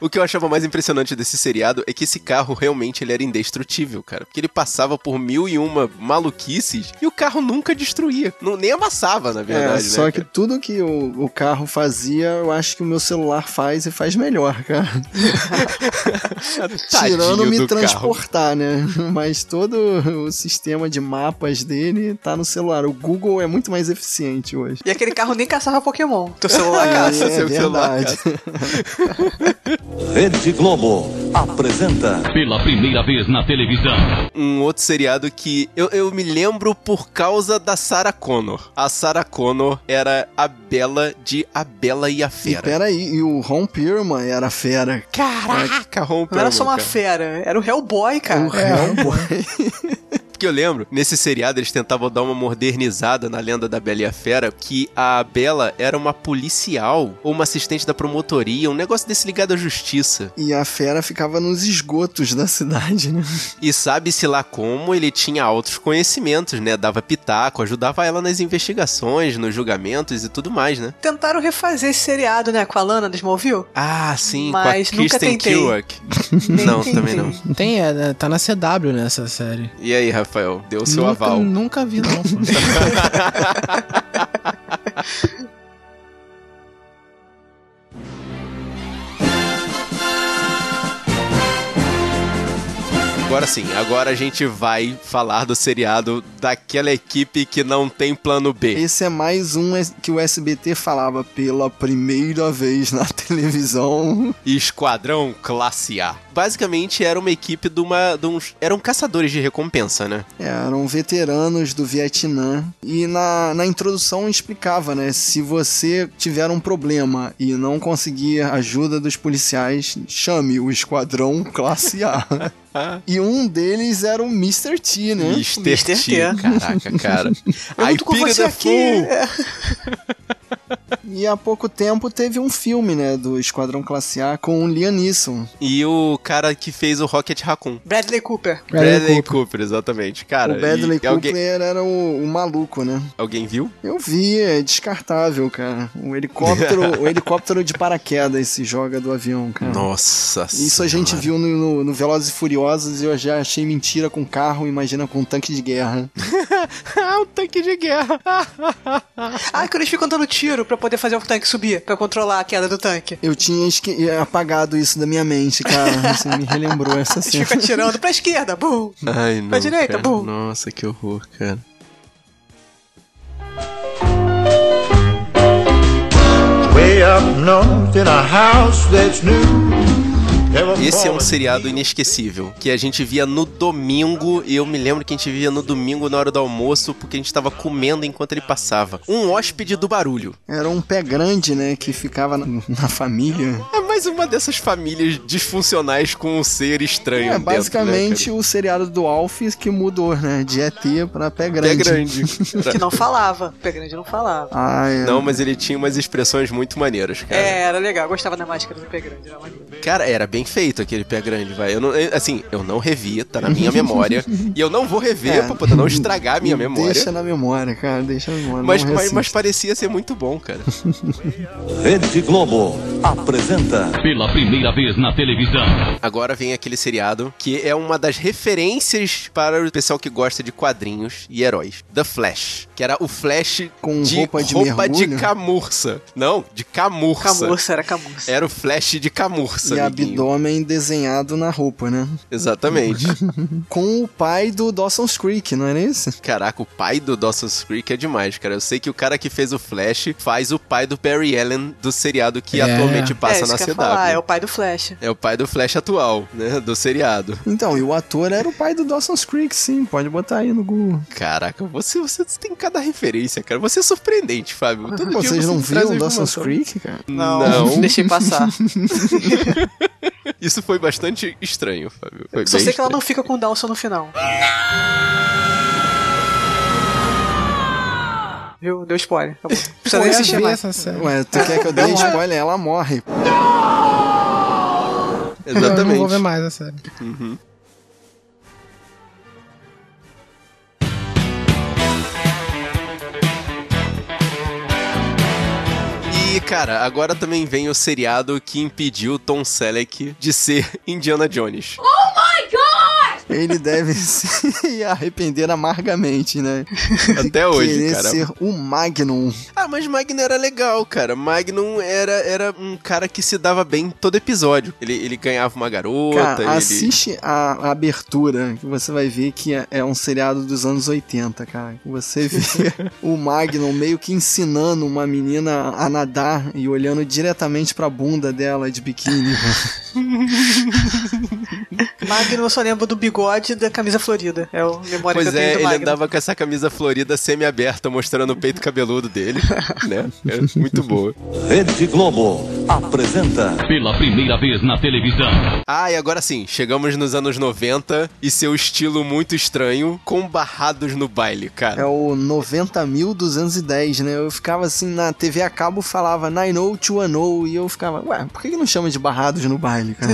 Speaker 1: O que eu achava mais impressionante desse seriado é que esse carro realmente ele era indestrutível, cara. Porque ele passava por mil e uma maluquices e o carro nunca destruía. Não, nem amassava, na verdade,
Speaker 2: é, só
Speaker 1: né,
Speaker 2: que
Speaker 1: cara?
Speaker 2: tudo que o, o carro fazia, eu acho que o meu celular faz e faz melhor, cara.
Speaker 1: Tadinho
Speaker 2: Tirando me
Speaker 1: do carro.
Speaker 2: transportar, né? Mas todo o sistema de mapas dele tá no celular. O Google é muito mais eficiente hoje. É,
Speaker 3: E aquele carro nem caçava Pokémon. Teu celular caça.
Speaker 1: Caça seu celular,
Speaker 2: verdade.
Speaker 8: Rede Globo apresenta
Speaker 9: Pela primeira vez na televisão.
Speaker 1: um outro seriado que eu, eu me lembro por causa da Sarah Connor. A Sarah Connor era a Bela de A Bela e a
Speaker 2: E
Speaker 1: Fera.
Speaker 2: peraí, e o Ron Perlman era fera.
Speaker 1: Caraca, rompeu.
Speaker 3: Não era só uma
Speaker 1: cara.
Speaker 3: fera, era o Hellboy, cara.
Speaker 1: Porque eu lembro, nesse seriado eles tentavam dar uma modernizada na lenda da Bela e a Fera, que a Bela era uma policial ou uma assistente da promotoria, um negócio desse ligado à justiça.
Speaker 2: E a fera ficava nos esgotos da cidade, né?
Speaker 1: E sabe-se lá como ele tinha altos conhecimentos, né? Dava pitaco, ajudava ela nas investigações, nos julgamentos e tudo mais, né?
Speaker 3: É. Tentaram refazer esse seriado, né, com a Lana do Smallville?
Speaker 1: Ah, sim,
Speaker 3: Mas
Speaker 1: com a
Speaker 3: nunca
Speaker 1: Kristen
Speaker 3: tentei.
Speaker 1: Kilworth.
Speaker 3: Nem
Speaker 1: Não,
Speaker 3: tentei.
Speaker 1: também não.
Speaker 4: Tem, é, tá na CW nessa série.
Speaker 1: E aí, Rafael, deu seu
Speaker 4: nunca,
Speaker 1: aval.
Speaker 4: Nunca vi, não. pô.
Speaker 1: Agora sim, agora a gente vai falar do seriado daquela equipe que não tem plano B.
Speaker 2: Esse é mais um que o SBT falava pela primeira vez na televisão.
Speaker 1: Esquadrão Classe A. Basicamente era uma equipe de uma. De uns, eram caçadores de recompensa, né?
Speaker 2: É, eram veteranos do Vietnã. E na, na introdução explicava, né? Se você tiver um problema e não conseguir ajuda dos policiais, chame o Esquadrão Classe A. e um deles era o Mr. T, né?
Speaker 1: Mr. T.
Speaker 3: T.
Speaker 1: Caraca, cara.
Speaker 3: Eu
Speaker 1: I
Speaker 3: não tô com
Speaker 1: pity
Speaker 3: você
Speaker 1: the
Speaker 3: aqui.
Speaker 1: fool.
Speaker 3: É.
Speaker 2: E há pouco tempo teve um filme, né? Do Esquadrão Classe A com o Liam Neeson.
Speaker 1: E o cara que fez o Rocket Raccoon.
Speaker 3: Bradley Cooper.
Speaker 4: Bradley
Speaker 1: Bradley Cooper. exatamente. Cara,
Speaker 2: o Bradley
Speaker 1: e
Speaker 2: Cooper
Speaker 1: alguém,
Speaker 2: era o, o maluco, né?
Speaker 1: alguém viu?
Speaker 2: Eu vi, é descartável, cara. O helicóptero, o helicóptero de paraquedas se joga do avião, cara.
Speaker 1: Nossa
Speaker 2: Isso a gente
Speaker 1: senhora.
Speaker 2: viu no, no, no Velozes e Furiosos e eu já achei mentira com carro, imagina com um tanque de guerra.
Speaker 1: ah, um tanque de guerra.
Speaker 3: Ah, que eles ficam dando tiro pra poder fazer o tanque subir, pra controlar a queda do tanque.
Speaker 2: Eu tinha esque- eh, apagado isso da minha mente, cara. Você me relembrou essa
Speaker 3: Eles
Speaker 2: cena.
Speaker 3: ficam atirando pra esquerda, bum!
Speaker 1: Ai, não.
Speaker 3: Pra direita,
Speaker 1: cara.
Speaker 3: bum.
Speaker 1: Nossa, que horror, cara.
Speaker 7: Way up north in a house that's new.
Speaker 1: Esse é um seriado inesquecível, que a gente via no domingo, e eu me lembro que a gente via no domingo na hora do almoço, porque a gente tava comendo enquanto ele passava. Um hóspede do barulho.
Speaker 2: Era um pé grande, né, que ficava na, na família.
Speaker 1: É mais mais uma dessas famílias disfuncionais com um ser estranho. dentro,
Speaker 2: É
Speaker 1: né,
Speaker 2: basicamente
Speaker 1: cara?
Speaker 2: o seriado do Alf que mudou, né? De ET pra Pé
Speaker 1: Pé
Speaker 2: Grande.
Speaker 1: grande.
Speaker 3: Que não falava. Pé grande não falava.
Speaker 2: Ai,
Speaker 1: Não, mas ele tinha umas expressões muito maneiras, cara.
Speaker 3: É, era legal. Eu gostava da máscara do Pé Grande. Era maneiro.
Speaker 1: Cara, era bem feito aquele pé grande, vai. Eu não, eu- assim, eu não revi, tá na minha memória. e eu não vou rever
Speaker 2: É.
Speaker 1: pra poder não estragar a minha memória.
Speaker 2: Deixa na memória, cara. Deixa na memória.
Speaker 1: Mas,
Speaker 2: não é assim.
Speaker 1: mas,
Speaker 2: resiste.
Speaker 1: mas parecia ser muito bom, cara.
Speaker 8: Rede Globo apresenta
Speaker 9: Pela primeira vez na televisão.
Speaker 1: Agora vem aquele seriado que é uma das referências para o pessoal que gosta de quadrinhos e heróis. The Flash. Que era o Flash
Speaker 2: Com
Speaker 1: de
Speaker 2: roupa de
Speaker 1: de
Speaker 2: mergulho?
Speaker 1: camurça. Não, de camurça.
Speaker 3: Camurça, era camurça.
Speaker 1: Era o Flash de camurça.
Speaker 2: E
Speaker 1: amiguinho.
Speaker 2: abdômen desenhado na roupa, né?
Speaker 1: Exatamente.
Speaker 2: Com o pai do Dawson's Creek, não era isso?
Speaker 1: Caraca, o pai do Dawson's Creek é demais, cara. Eu sei que o cara que fez o Flash faz o pai do Barry Allen do seriado que
Speaker 4: É.
Speaker 1: atualmente passa
Speaker 3: é, isso
Speaker 1: na
Speaker 3: que eu
Speaker 1: CW.
Speaker 3: ia falar. É o pai do Flash.
Speaker 1: É o pai do Flash atual, né? Do seriado.
Speaker 2: Então, e o ator era o pai do Dawson's Creek, sim. Pode botar aí no Google.
Speaker 1: Caraca, você, você tem cada referência, cara. Você é surpreendente, Fábio. Todo
Speaker 2: Pô,
Speaker 1: dia
Speaker 2: vocês
Speaker 1: você
Speaker 2: não
Speaker 1: me assim, traz
Speaker 2: viram
Speaker 1: uma
Speaker 2: Dawson's
Speaker 1: informação.
Speaker 2: Creek, cara?
Speaker 1: Não.
Speaker 3: Deixei passar.
Speaker 1: Isso foi bastante estranho, Fábio. Foi
Speaker 3: Só
Speaker 1: bem
Speaker 3: sei que ela não
Speaker 1: estranho.
Speaker 3: fica com Dawson no final. Viu? Deu spoiler. Acabou. Não Precisa nem
Speaker 4: Eu ia
Speaker 3: assistir
Speaker 4: ver
Speaker 3: mais.
Speaker 4: essa série.
Speaker 2: Ué, tu quer que eu
Speaker 1: é.
Speaker 2: dê spoiler? Ela morre.
Speaker 4: Eu não vou ver
Speaker 1: Exatamente.
Speaker 4: mais a série.
Speaker 1: E, cara, agora também vem o seriado que impediu Tom Selleck de ser Indiana Jones.
Speaker 2: Ele deve se arrepender amargamente, né?
Speaker 1: Até É hoje,
Speaker 2: Querer
Speaker 1: cara.
Speaker 2: ser o Magnum.
Speaker 1: Ah, mas Magnum era legal, cara. Magnum era, era um cara que se dava bem em todo episódio. Ele, ele ganhava uma garota,
Speaker 2: Cara, assim,
Speaker 1: ele...
Speaker 2: assiste a, a abertura, que você vai ver que é, é um seriado dos anos 80, cara. Você vê o Magnum meio que ensinando uma menina a nadar e olhando diretamente pra bunda dela de biquíni.
Speaker 3: Magno, eu só lembro do bigode e da camisa florida. É o memória
Speaker 1: Pois
Speaker 3: que eu tenho
Speaker 1: é,
Speaker 3: do
Speaker 1: ele
Speaker 3: Magno.
Speaker 1: andava com essa camisa florida semi-aberta, mostrando o peito cabeludo dele, né? É muito boa.
Speaker 8: Rede Globo apresenta
Speaker 9: Pela primeira vez na televisão.
Speaker 1: Ah, e agora sim, chegamos nos anos 90 e seu estilo muito estranho, com barrados no baile,
Speaker 2: É
Speaker 1: cara.
Speaker 2: o 90.210, né? Eu ficava assim na TV a cabo, falava 90210 e eu ficava, ué, por que que não chama de barrados no baile, cara?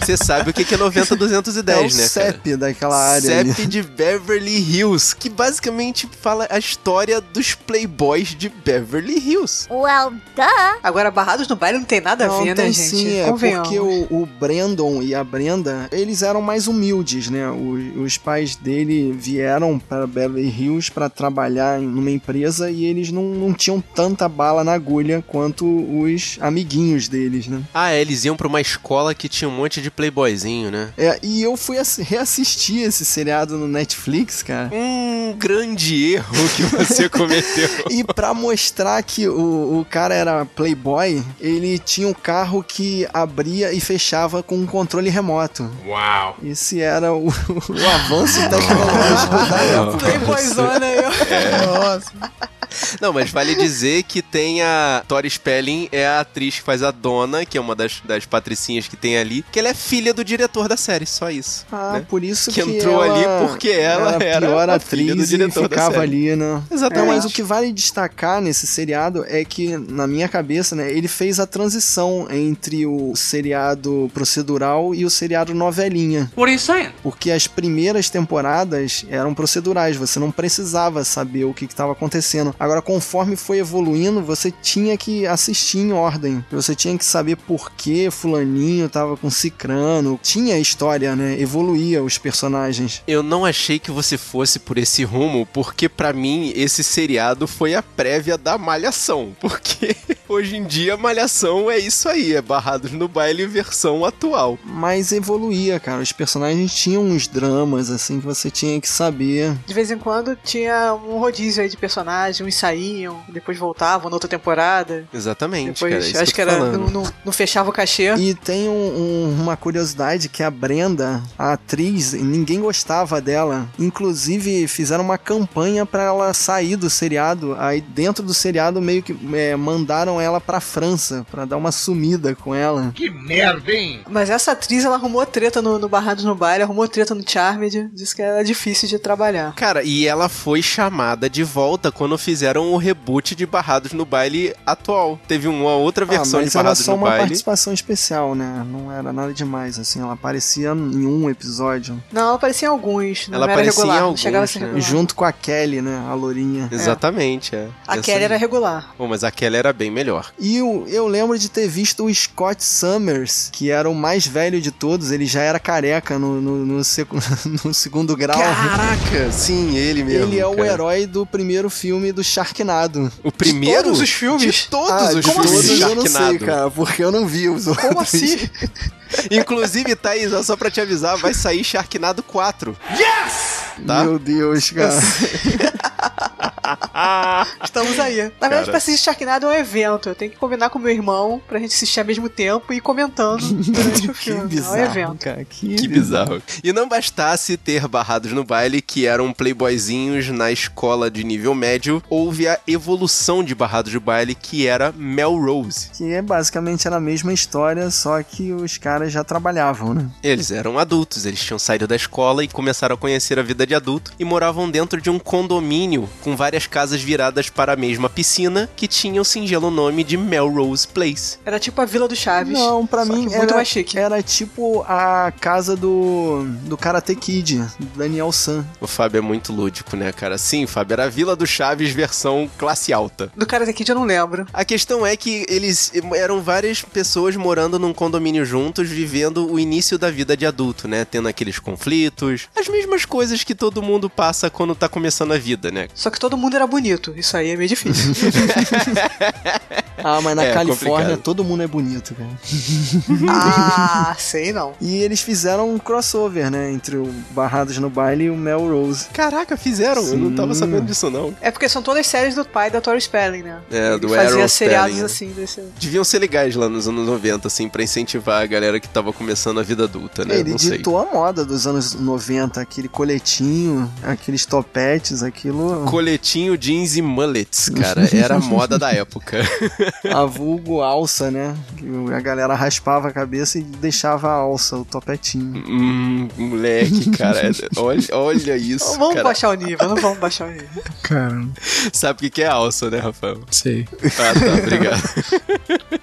Speaker 1: Você sabe o que que é 90-210,
Speaker 2: é o
Speaker 1: né, cara?
Speaker 2: CEP daquela área ali.
Speaker 1: CEP de Beverly Hills, que basicamente fala a história dos playboys de Beverly Hills.
Speaker 3: Agora, Barrados no Baile não tem nada a
Speaker 2: Não,
Speaker 3: ver, né,
Speaker 2: tem
Speaker 3: gente?
Speaker 2: Sim, é
Speaker 3: Convenhamos.
Speaker 2: porque o, o Brandon e a Brenda, eles eram mais humildes, né? O- os pais dele vieram para Beverly Hills para trabalhar em- numa empresa e eles não, não tinham tanta bala na agulha quanto os amiguinhos deles, né?
Speaker 1: Ah, é, eles iam pra uma escola que tinha um monte de playboyzinho, né?
Speaker 2: É, e eu fui assi- reassistir esse seriado no Netflix, cara.
Speaker 1: Um grande erro que você cometeu.
Speaker 2: E pra mostrar que o, o cara era playboy, ele tinha um carro que abria e fechava com um controle remoto. Uau! Esse era o, o avanço tecnológico da época.
Speaker 3: Playboyzona, eu.
Speaker 4: Nossa.
Speaker 1: Não, mas vale dizer que tem a Tori Spelling, é a atriz que faz a dona, que é uma das, das patricinhas que tem ali, que ela é filha do diretor da série, só isso.
Speaker 2: Ah,
Speaker 1: né?
Speaker 2: por isso que,
Speaker 1: Que entrou
Speaker 2: ela
Speaker 1: ali porque ela era
Speaker 2: a pior
Speaker 1: a filha do
Speaker 2: atriz e
Speaker 1: diretor da série.
Speaker 2: ficava ali, né? Não,
Speaker 1: Exatamente.
Speaker 2: mas o que vale destacar nesse seriado é que, na minha cabeça, né, ele fez a transição entre o seriado procedural e o seriado novelinha.
Speaker 10: What are you saying?
Speaker 2: Porque as primeiras temporadas eram procedurais, você não precisava saber o que estava acontecendo. Agora, conforme foi evoluindo, você tinha que assistir em ordem. Você tinha que saber por que fulaninho tava com cicrano. Tinha história, né? Evoluía os personagens.
Speaker 1: Eu não achei que você fosse por esse rumo, porque pra mim esse seriado foi a prévia da Malhação. Porque hoje em dia Malhação é isso aí, é Barrados no Baile versão atual.
Speaker 2: Mas evoluía, cara. Os personagens tinham uns dramas, assim, que você tinha que saber.
Speaker 3: De vez em quando tinha um rodízio aí de personagens, uns saíam, depois voltavam na outra temporada.
Speaker 1: Exatamente,
Speaker 3: Depois,
Speaker 1: cara. é isso
Speaker 3: acho
Speaker 1: eu
Speaker 3: que
Speaker 1: tô
Speaker 3: era.
Speaker 1: falando.
Speaker 3: Não, não- não fechava o cachê.
Speaker 2: E tem um- um- uma curiosidade que a Brenda, a atriz, ninguém gostava dela. Inclusive fizeram uma campanha pra ela sair do seriado. Aí dentro do seriado meio que é, mandaram mandaram ela pra França pra dar uma sumida com ela.
Speaker 7: Que merda, hein?
Speaker 3: Mas essa atriz, ela arrumou treta no, no Barrados no Baile, arrumou treta no Charmed, disse que era difícil de trabalhar.
Speaker 1: Cara, e ela foi chamada de volta quando fizeram o reboot de Barrados no Baile atual. Teve uma outra versão
Speaker 2: ah,
Speaker 1: de
Speaker 2: mas era
Speaker 1: Barrados
Speaker 2: só
Speaker 1: no
Speaker 2: uma
Speaker 1: Baile.
Speaker 2: participação especial, né? Não era nada demais, assim. Ela aparecia em um episódio,
Speaker 3: Não, ela aparecia em alguns, não
Speaker 1: Ela
Speaker 3: era
Speaker 1: aparecia em
Speaker 3: regular, não
Speaker 1: alguns,
Speaker 3: chegava a ser
Speaker 1: né?
Speaker 3: regular.
Speaker 2: junto com a Kelly, né? A lourinha.
Speaker 1: Exatamente, é.
Speaker 3: A
Speaker 1: Essa
Speaker 3: Kelly
Speaker 1: aí.
Speaker 3: era regular.
Speaker 1: Bom, mas a Kelly era bem melhor.
Speaker 2: E eu, eu lembro de ter visto o Scott Summers, que era o mais velho de todos. Ele já era careca no, no, no secu- no segundo grau.
Speaker 1: Caraca! Sim, ele mesmo.
Speaker 2: Ele é o
Speaker 1: cara.
Speaker 2: herói do primeiro filme do Sharknado.
Speaker 1: O primeiro?
Speaker 3: todos os filmes?
Speaker 1: De todos
Speaker 2: Ah,
Speaker 1: os
Speaker 2: de
Speaker 1: filmes.
Speaker 2: todos
Speaker 1: do
Speaker 2: eu não sei,
Speaker 1: Sharknado.
Speaker 2: cara, porque eu não vi os outros.
Speaker 3: Como assim?
Speaker 1: Inclusive, Thaís, ó, só pra te avisar, vai sair Sharknado 4. Tá?
Speaker 2: Meu Deus, cara.
Speaker 3: Estamos aí. Na verdade, pra assistir Sharknado é um evento. Eu tenho que combinar com meu irmão pra gente assistir ao mesmo tempo e ir comentando durante o
Speaker 2: Que
Speaker 3: filme. É um
Speaker 2: bizarro,
Speaker 3: evento.
Speaker 2: cara. Que,
Speaker 1: Que bizarro. E não bastasse ter barrados no baile, que eram playboyzinhos na escola de nível médio, houve a evolução de barrados de baile, que era Melrose.
Speaker 2: Que é basicamente era a mesma história, só que os caras já trabalhavam, né?
Speaker 1: Eles eram adultos, eles tinham saído da escola e começaram a conhecer a vida de adulto e moravam dentro de um condomínio com várias casas viradas para a mesma piscina, que tinha o singelo nome de Melrose Place.
Speaker 3: Era tipo a Vila do Chaves.
Speaker 2: Não, pra
Speaker 3: Só que
Speaker 2: mim
Speaker 3: muito
Speaker 2: era,
Speaker 3: mais chique.
Speaker 2: era tipo a casa do, do Karate Kid, do Daniel San.
Speaker 1: O Fábio é muito lúdico, né, cara? Sim, Fábio, era a Vila do Chaves versão classe alta.
Speaker 3: Do cara daqui eu não lembro.
Speaker 1: A questão é que eles eram várias pessoas morando num condomínio juntos, vivendo o início da vida de adulto, né? Tendo aqueles conflitos, as mesmas coisas que todo mundo passa quando tá começando a vida, né?
Speaker 3: Só que todo mundo era bonito. Isso aí é meio difícil.
Speaker 2: Ah, mas na
Speaker 1: É,
Speaker 2: Califórnia
Speaker 1: complicado.
Speaker 2: todo mundo é bonito, cara.
Speaker 3: ah, sei não.
Speaker 2: E eles fizeram um crossover, né? Entre o Barrados no Baile e o Melrose.
Speaker 1: Caraca, fizeram? Eu não tava
Speaker 2: Sim.
Speaker 1: sabendo disso, não.
Speaker 3: É porque são todas séries do pai da Tori Spelling, né?
Speaker 1: É,
Speaker 3: Ele
Speaker 1: do
Speaker 3: fazia
Speaker 1: Errol
Speaker 3: seriados
Speaker 1: Spelling, né?
Speaker 3: assim desse.
Speaker 1: Deviam ser legais lá nos anos 90, assim, pra incentivar a galera que tava começando a vida adulta, né?
Speaker 2: Ele
Speaker 1: não sei.
Speaker 2: ditou a moda dos anos 90, aquele coletinho, aqueles topetes, aquilo.
Speaker 1: Coletinho, jeans e mullets, cara. Era a moda da época.
Speaker 2: A vulgo alça, né? Que a galera raspava a cabeça e deixava a alça, o topetinho.
Speaker 1: hum, moleque, cara. Olha, olha isso,
Speaker 3: Não vamos
Speaker 1: cara.
Speaker 3: baixar o nível, não vamos baixar o nível.
Speaker 4: Cara, não
Speaker 1: Sabe o que que é alça, né, Rafael?
Speaker 4: sei.
Speaker 1: Ah, tá, obrigado.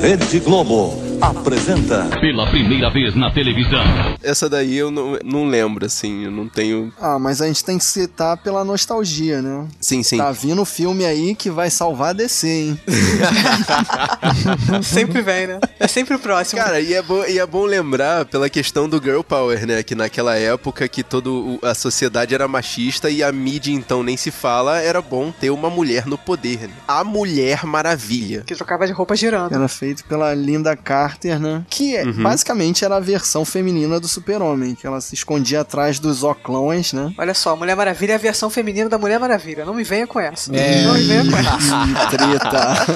Speaker 8: Rede Globo apresenta
Speaker 9: Pela primeira vez na televisão.
Speaker 1: Essa daí eu não, não lembro, assim, eu não tenho.
Speaker 2: Ah, mas a gente tem que citar pela nostalgia, né?
Speaker 1: Sim, sim.
Speaker 2: Tá vindo o filme aí que vai salvar a DC, hein?
Speaker 3: sempre vem, né? É sempre o próximo.
Speaker 1: Cara, e é, bom, e é bom lembrar pela questão do girl power, né? Que naquela época que toda a sociedade era machista e a mídia, então, nem se fala, era bom ter uma mulher no poder. Né? A Mulher Maravilha.
Speaker 3: que trocava de roupa girando.
Speaker 2: Era feito pela Linda Carter, né? Que é-
Speaker 1: Uhum.
Speaker 2: basicamente era a versão feminina do Super-Homem, que ela se escondia atrás dos oclões, né?
Speaker 3: Olha só, Mulher Maravilha é a versão feminina da Mulher Maravilha. Não me venha com essa. Não me venha com essa.
Speaker 2: Treta.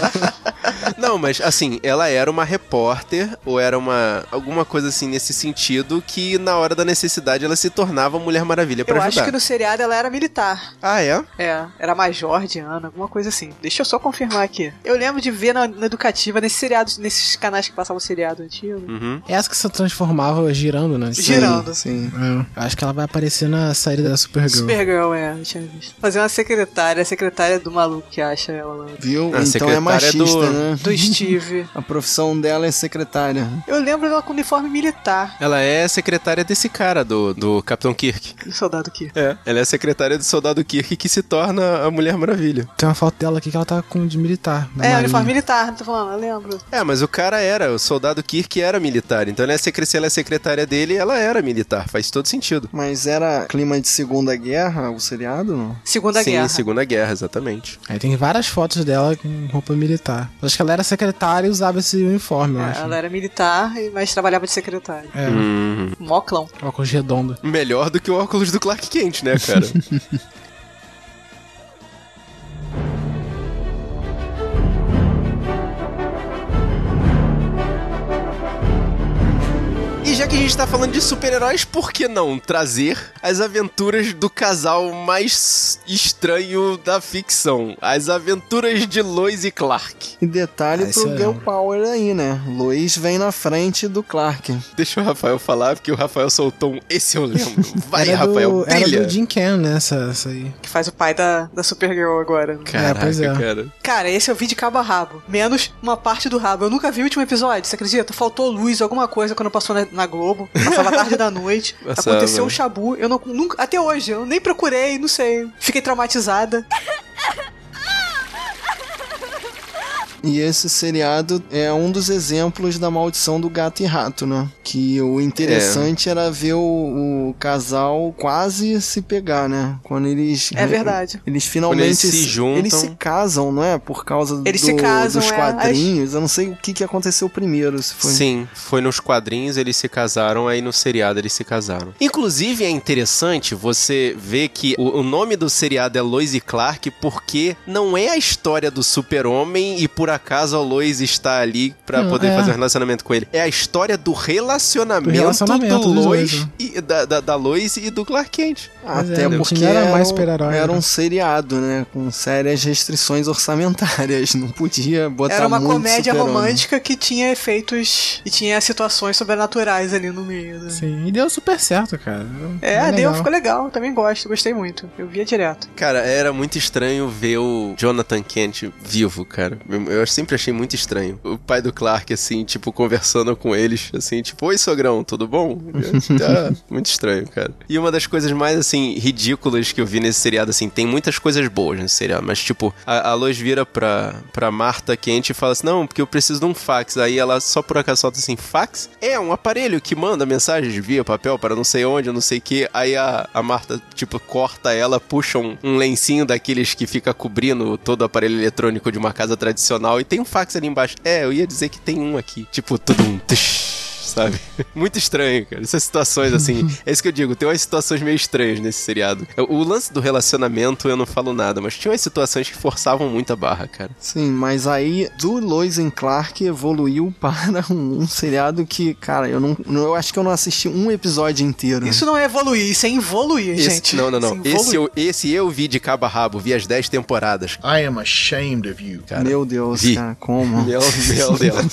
Speaker 1: Não, mas assim, ela era uma repórter ou era uma. alguma coisa assim nesse sentido que na hora da necessidade ela se tornava a Mulher Maravilha
Speaker 3: Eu
Speaker 1: pra
Speaker 3: acho
Speaker 1: ajudar.
Speaker 3: que no seriado ela era militar.
Speaker 1: Ah, é?
Speaker 3: É, era Major Diana, alguma coisa assim. Deixa eu só confirmar aqui. Eu lembro de ver na, na educativa, nesses seriados, nesses canais que passavam seriado antigo.
Speaker 1: Uhum.
Speaker 4: É essa que se transformava girando, né?
Speaker 3: Girando.
Speaker 2: Sim.
Speaker 4: É, eu acho que ela vai aparecer na série da Supergirl.
Speaker 3: Supergirl, é, eu tinha visto. Fazer uma secretária, a secretária do maluco que acha ela lá.
Speaker 2: Viu?
Speaker 1: A
Speaker 2: então
Speaker 1: secretária
Speaker 2: é machista,
Speaker 1: do-
Speaker 2: né?
Speaker 3: Do Steve.
Speaker 2: A profissão dela é secretária.
Speaker 3: Eu lembro dela com uniforme militar.
Speaker 1: Ela é secretária desse cara, do, do Capitão Kirk.
Speaker 3: Do soldado aqui.
Speaker 1: É, ela é a secretária do soldado Kirk que se torna a Mulher Maravilha.
Speaker 4: Tem uma foto dela aqui que ela tá com de militar. da
Speaker 3: É,
Speaker 4: Marinha.
Speaker 3: uniforme militar, tô falando, eu lembro.
Speaker 1: É, mas o cara era, o soldado Kirk era militar, então ela é secre- se ela é secretária dele, ela era militar, faz todo sentido.
Speaker 2: Mas era clima de Segunda Guerra, o seriado? não?
Speaker 3: Segunda
Speaker 1: Sim,
Speaker 3: Guerra.
Speaker 1: Segunda Guerra, exatamente.
Speaker 4: Aí tem várias fotos dela com roupa militar. Eu Acho que ela era secretária e usava esse uniforme, eu
Speaker 3: É,
Speaker 4: acho.
Speaker 3: ela era militar, e- mas trabalhava de secretária.
Speaker 4: É,
Speaker 1: Hum,
Speaker 3: Moclão.
Speaker 4: óculos redondo.
Speaker 1: melhor do que o óculos do Clark Kent, né, cara? E já que a gente gente tá falando de super-heróis, por que não trazer as aventuras do casal mais estranho da ficção? As aventuras de Lois e Clark.
Speaker 2: E detalhe
Speaker 4: Ah, isso
Speaker 2: pro
Speaker 4: eu
Speaker 2: Girl
Speaker 4: lembro.
Speaker 2: Power aí, né? Lois vem na frente do Clark.
Speaker 1: Deixa o Rafael falar, porque o Rafael soltou um. Esse eu lembro. Vai,
Speaker 4: era
Speaker 1: Rafael,
Speaker 4: do,
Speaker 1: brilha.
Speaker 4: Era do Jim Cam, né? Essa, essa aí.
Speaker 3: Que faz o pai da, da Supergirl agora.
Speaker 1: Caraca,
Speaker 4: É, pois é.
Speaker 1: cara.
Speaker 3: Cara, esse eu vi de cabo a rabo. Menos uma parte do rabo. Eu nunca vi o último episódio, você acredita? Faltou luz, alguma coisa quando passou na, na Globo. Passava a tarde da noite.
Speaker 1: Passava.
Speaker 3: Aconteceu um chabu. Eu não, nunca. Até hoje, eu nem procurei, não sei. Fiquei traumatizada.
Speaker 2: E esse seriado é um dos exemplos da maldição do gato e rato, né? Que o interessante era ver o, o casal quase se pegar, né? Quando eles.
Speaker 3: É verdade.
Speaker 2: Eles finalmente
Speaker 1: eles se juntam.
Speaker 2: Eles se casam, não é? Por causa
Speaker 3: Eles
Speaker 2: do-
Speaker 3: se casam,
Speaker 2: dos
Speaker 3: é.
Speaker 2: quadrinhos. Eu não sei o que, que aconteceu primeiro. Se foi...
Speaker 1: Sim, foi nos quadrinhos eles se casaram, aí no seriado eles se casaram. Inclusive é interessante você ver que o, o nome do seriado é Lois e Clark porque não é a história do super-homem e por acaso a Lois está ali pra
Speaker 4: Não,
Speaker 1: poder
Speaker 4: é.
Speaker 1: fazer um relacionamento com ele. É a história do relacionamento,
Speaker 4: Do relacionamento
Speaker 1: do
Speaker 4: dos
Speaker 1: Lois
Speaker 4: dois, né?
Speaker 1: e, da, da, da Lois e do Clark Kent.
Speaker 4: Pois
Speaker 2: Até
Speaker 4: é, né?
Speaker 2: porque
Speaker 4: Não era
Speaker 2: era,
Speaker 4: mais
Speaker 2: um-
Speaker 4: super-herói,
Speaker 2: era
Speaker 4: né?
Speaker 2: um seriado, né? Com sérias restrições orçamentárias. Não podia botar
Speaker 3: Era uma
Speaker 2: muito
Speaker 3: comédia
Speaker 2: super-homem.
Speaker 3: romântica que tinha efeitos e tinha situações sobrenaturais ali no meio. Né?
Speaker 4: Sim, e deu super certo, cara.
Speaker 3: É,
Speaker 4: Era
Speaker 3: deu,
Speaker 4: legal.
Speaker 3: ficou legal. Também gosto, gostei muito. Eu via direto.
Speaker 1: Cara, era muito estranho ver o Jonathan Kent vivo, cara. Eu- Eu sempre achei muito estranho. O pai do Clark, assim, tipo, conversando com eles, assim, tipo, oi sogrão, tudo bom? Ah, muito estranho, cara. E uma das coisas mais, assim, ridículas que eu vi nesse seriado, assim, tem muitas coisas boas nesse seriado, mas, tipo, a, a Lois vira pra, pra Marta Kent e fala assim: não, porque eu preciso de um fax. Aí ela só por acaso solta assim: fax? É, um aparelho que manda mensagens via papel para não sei onde, não sei o que. Aí a, a Marta, tipo, corta ela, puxa um, um lencinho daqueles que fica cobrindo todo o aparelho eletrônico de uma casa tradicional e tem um fax ali embaixo. É, eu ia dizer que tem um aqui. Tipo, tudo um. Sabe? Muito estranho, cara. Essas situações assim. é isso que eu digo, tem umas situações meio estranhas nesse seriado. O lance do relacionamento eu não falo nada, mas tinha umas situações que forçavam muito a barra, cara.
Speaker 2: Sim, mas aí do Lois and Clark evoluiu para um, um seriado que, cara, eu não, não- eu acho que eu não assisti um episódio inteiro.
Speaker 3: Isso não é evoluir, isso é evoluir,
Speaker 1: Esse-
Speaker 3: gente.
Speaker 1: Não, não, não.
Speaker 3: Isso é
Speaker 1: Esse
Speaker 3: evoluir.
Speaker 1: eu, esse eu vi de cabo a rabo, vi as 10 temporadas.
Speaker 7: I am ashamed of you.
Speaker 1: cara.
Speaker 2: Meu Deus,
Speaker 1: Vi.
Speaker 2: cara, como?
Speaker 1: Meu, meu Deus.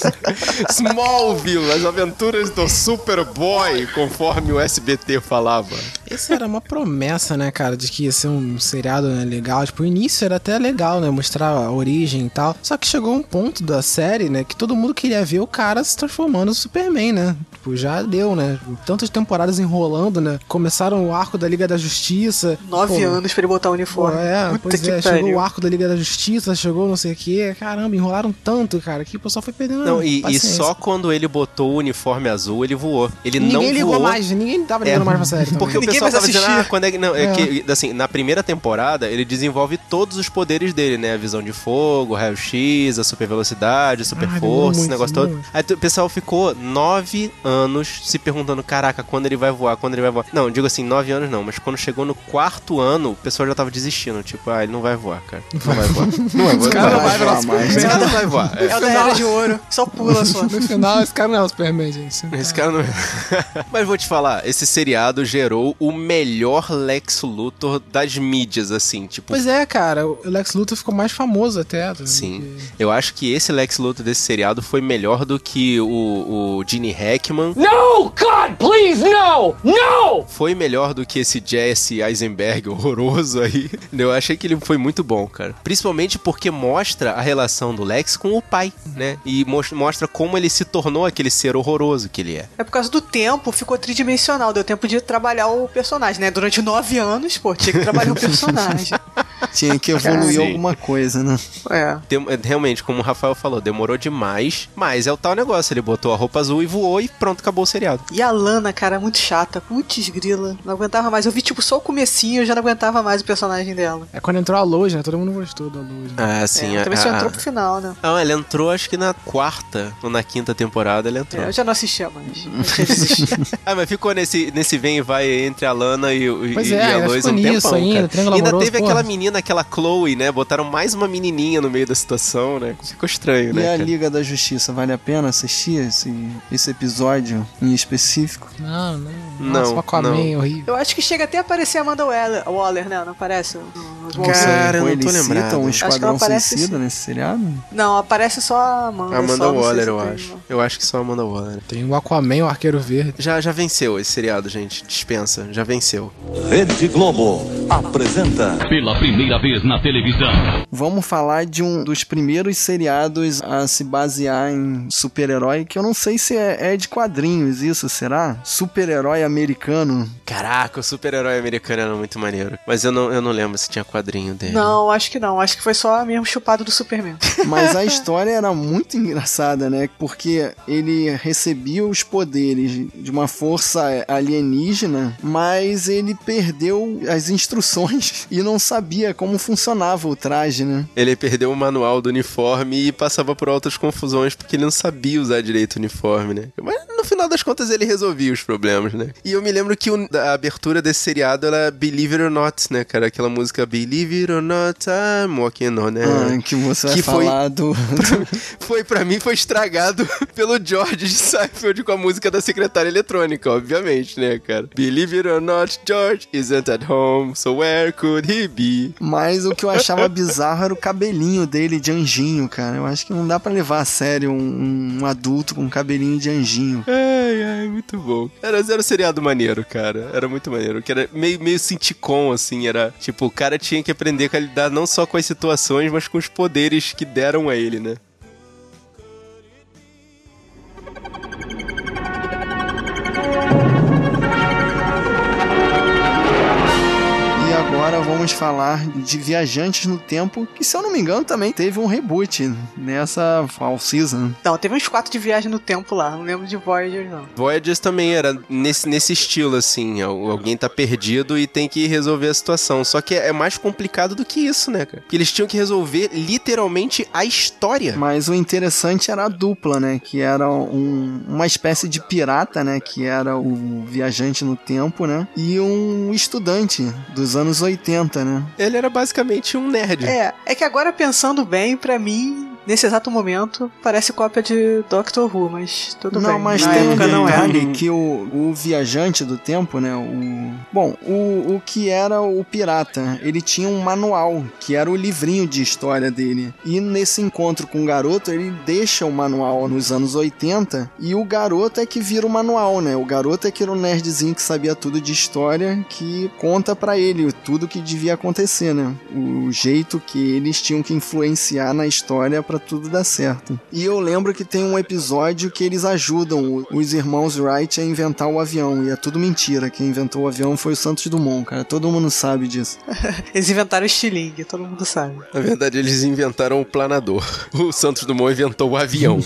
Speaker 1: Smallville, as aventuras do Superboy, conforme o SBT falava.
Speaker 4: Isso era uma promessa, né, cara, de que ia ser um seriado né, legal. Tipo, o início era até legal, né? Mostrar a origem e tal. Só que chegou um ponto da série, né, que todo mundo queria ver o cara se transformando no Superman, né? Tipo, já deu, né? Tantas temporadas enrolando, né? Começaram o arco da Liga da Justiça.
Speaker 3: Nove
Speaker 4: Pô,
Speaker 3: anos pra ele botar o
Speaker 4: Pô,
Speaker 3: uniforme.
Speaker 4: é,
Speaker 3: Puta
Speaker 4: pois
Speaker 3: que
Speaker 4: é,
Speaker 3: pariu.
Speaker 4: chegou o arco da Liga da Justiça, chegou não sei o quê. Caramba, enrolaram tanto, cara, que o pessoal foi perdendo.
Speaker 1: Não, e, e
Speaker 4: paciência.
Speaker 1: só quando ele botou o uniforme azul, ele voou. Ele
Speaker 4: Ninguém
Speaker 1: não
Speaker 4: ligou
Speaker 1: voou.
Speaker 4: mais, ninguém tava ligando
Speaker 1: É,
Speaker 4: mais pra série. também.
Speaker 1: Porque o
Speaker 3: Ninguém
Speaker 1: pessoal
Speaker 3: mais
Speaker 1: tava dizendo,
Speaker 3: assistia.
Speaker 1: ah, quando é que. Não, é,
Speaker 4: É.
Speaker 1: que, assim, na primeira temporada, ele desenvolve todos os poderes dele, né? A visão de fogo, raio-x, a super velocidade, a super
Speaker 4: Ah, demorou
Speaker 1: força, esse
Speaker 4: muito,
Speaker 1: negócio
Speaker 4: demorou
Speaker 1: todo.
Speaker 4: muito.
Speaker 1: Aí tu- o pessoal ficou nove anos se perguntando: caraca, quando ele vai voar, quando ele vai voar. Não, digo assim, nove anos não, mas quando chegou no quarto ano, o pessoal já tava desistindo. Tipo, ah, ele não vai voar, cara. Não vai voar. Não vai voar.
Speaker 4: cara não
Speaker 1: voar
Speaker 4: vai virar
Speaker 1: mais. Esse cara não vai voar. É.
Speaker 3: É o da era de ouro. Só pula só.
Speaker 4: No final, esse cara não é o Superman, gente.
Speaker 1: Esse cara não. Mas vou te falar, esse seriado gerou o melhor Lex Luthor das mídias, assim, tipo.
Speaker 4: Pois é, cara, o Lex Luthor ficou mais famoso até. tá do-
Speaker 1: Sim.
Speaker 4: que-
Speaker 1: Eu acho que esse Lex Luthor desse seriado foi melhor do que o, o Gene Hackman,
Speaker 10: No! God, please, no! No!
Speaker 1: foi melhor do que esse Jesse Eisenberg horroroso aí. Eu achei que ele foi muito bom, cara. Principalmente porque mostra a relação do Lex com o pai, né? E mos- mostra como ele se tornou aquele ser horroroso que ele é.
Speaker 3: É por causa do tempo, ficou tridimensional. Deu tempo de trabalhar o personagem, né? Durante nove anos, pô, tinha que trabalhar o personagem.
Speaker 2: Tinha que evoluir
Speaker 1: Sim.
Speaker 2: alguma coisa, né?
Speaker 3: É.
Speaker 1: Dem- realmente, como o Rafael falou, demorou demais, mas é o tal negócio. Ele botou a roupa azul e voou e pronto, acabou o seriado.
Speaker 3: E a Lana, cara, muito chata. Putz, grila. Não aguentava mais. Eu vi, tipo, só o comecinho, eu já não aguentava mais o personagem dela.
Speaker 4: É quando entrou a Loja, né? Todo mundo gostou da né? Loja.
Speaker 1: Ah,
Speaker 3: é, também só entrou pro final, né?
Speaker 1: Não, ela Ah, entrou acho que na quarta ou na quinta temporada ela entrou.
Speaker 3: É, eu já não assistia mais. Deixei de assistir.
Speaker 1: Ah, mas ficou nesse, nesse vem e vai entre a Lana e, o- e,
Speaker 4: Pois
Speaker 1: e
Speaker 4: é,
Speaker 1: a
Speaker 4: ainda
Speaker 1: Lois
Speaker 4: ficou
Speaker 1: um
Speaker 4: nisso
Speaker 1: tempão,
Speaker 4: ainda,
Speaker 1: cara.
Speaker 4: Triângulo
Speaker 1: ainda
Speaker 4: Amoroso,
Speaker 1: teve
Speaker 4: porra.
Speaker 1: aquela menina aquela Chloe, né? Botaram mais uma menininha no meio da situação, né? Ficou estranho,
Speaker 2: E
Speaker 1: né?
Speaker 2: a
Speaker 1: cara?
Speaker 2: Liga da Justiça, vale a pena assistir esse, esse episódio em específico?
Speaker 4: Não, não.
Speaker 1: Não,
Speaker 4: Nossa, o Aquaman
Speaker 1: não.
Speaker 4: é horrível.
Speaker 3: Eu acho que chega até a aparecer a Amanda Waller, Waller né? Não aparece? Nos
Speaker 1: Cara,
Speaker 3: Monstros.
Speaker 1: eu não
Speaker 2: Ou
Speaker 1: tô
Speaker 2: eles
Speaker 1: lembrado.
Speaker 2: citam um
Speaker 1: Acho
Speaker 3: que
Speaker 2: Esquadrão
Speaker 3: ela aparece,
Speaker 2: Suicida nesse seriado?
Speaker 3: Não, aparece só a Amanda.
Speaker 1: Amanda
Speaker 3: só, não sei
Speaker 1: Waller,
Speaker 3: se
Speaker 1: eu
Speaker 3: tem-
Speaker 1: acho. Eu acho que só Amanda Waller.
Speaker 4: Tem o Aquaman, o Arqueiro Verde.
Speaker 1: Já, já venceu esse seriado, gente. Dispensa. Já venceu.
Speaker 8: Rede Globo apresenta
Speaker 9: Pela primeira vez na televisão.
Speaker 2: Vamos falar de um dos primeiros seriados a se basear em super-herói, que eu não sei se é, é de quadrinhos isso, será? Super-herói americano.
Speaker 1: Caraca, o super-herói americano era muito maneiro. Mas eu não, eu não lembro se tinha quadrinho dele.
Speaker 3: Não, acho que não. Acho que foi só mesmo chupado do Superman.
Speaker 2: Mas a história era muito engraçada, né? Porque ele recebia os poderes de uma força alienígena, mas ele perdeu as instruções e não sabia como funcionava o traje, né?
Speaker 1: Ele perdeu o manual do uniforme e passava por altas confusões porque ele não sabia usar direito o uniforme, né? Mas no final das contas ele resolvia os problemas, né? E eu me lembro que o- a abertura desse seriado era Believe It or Not, né, cara? Aquela música Believe It or Not, I'm Walking On Air.
Speaker 2: Ah, que você vai
Speaker 1: É. que foi-
Speaker 2: falar do...
Speaker 1: Foi, pra mim, foi estragado pelo George Seinfeld com a música da secretária eletrônica, obviamente, né, cara? Believe it or not, George isn't at home, so where could he be?
Speaker 2: Mas o que eu achava bizarro era o cabelinho dele de anjinho, cara. Eu acho que não dá pra levar a sério um, um adulto com cabelinho de anjinho.
Speaker 1: Ai, ai, muito bom. Era, era um seriado maneiro, cara. Era muito maneiro. Que era meio, meio sinticom, assim. Era tipo, o cara tinha que aprender a lidar não só com as situações, mas com os poderes que deram a ele, né?
Speaker 2: E agora vamos falar de Viajantes no Tempo, que se eu não me engano também teve um reboot nessa fall season.
Speaker 3: Não, teve uns quatro de viagem no tempo lá. Não lembro de Voyager, não.
Speaker 1: Voyagers também era nesse, nesse estilo, assim. al- Alguém tá perdido e tem que resolver a situação. Só que é é mais complicado do que isso, né, cara? Porque eles tinham que resolver literalmente a história.
Speaker 2: Mas o interessante era a dupla, né? Que era um- uma espécie de pirata, né? Que era o viajante no tempo, né? E um estudante dos anos 80, né?
Speaker 1: Ele era basicamente um nerd.
Speaker 3: É, é que agora pensando bem, pra mim, nesse exato momento, parece cópia de Doctor Who, mas tudo
Speaker 2: não,
Speaker 3: bem.
Speaker 2: mas
Speaker 3: Na
Speaker 2: tem um
Speaker 3: época não era.
Speaker 2: detalhe que o, o viajante do tempo, né? O, bom, o, o que era o pirata, ele tinha um manual, que era o livrinho de história dele. E nesse encontro com o garoto, ele deixa o manual nos anos 80 e o garoto é que vira o manual, né? O garoto é que era o nerdzinho que sabia tudo de história, que conta pra ele tudo que devia acontecer, né? O jeito que eles tinham que influenciar na história pra tudo dar certo. E eu lembro que tem um episódio que eles ajudam o- os irmãos Wright a inventar o avião. E é tudo mentira. Quem inventou o avião foi o Santos Dumont, cara. Todo mundo sabe disso.
Speaker 3: Eles inventaram o estilingue, todo mundo sabe.
Speaker 1: Na verdade, eles inventaram o planador. O Santos Dumont inventou o avião.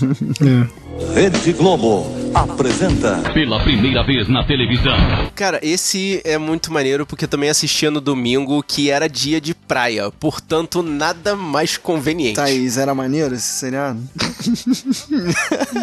Speaker 8: Rede Globo apresenta
Speaker 9: Pela primeira vez na televisão.
Speaker 1: Cara, esse é muito maneiro porque eu também assistia no domingo, que era dia de praia. Portanto, nada mais conveniente.
Speaker 2: Thaís, era maneiro esse seriado?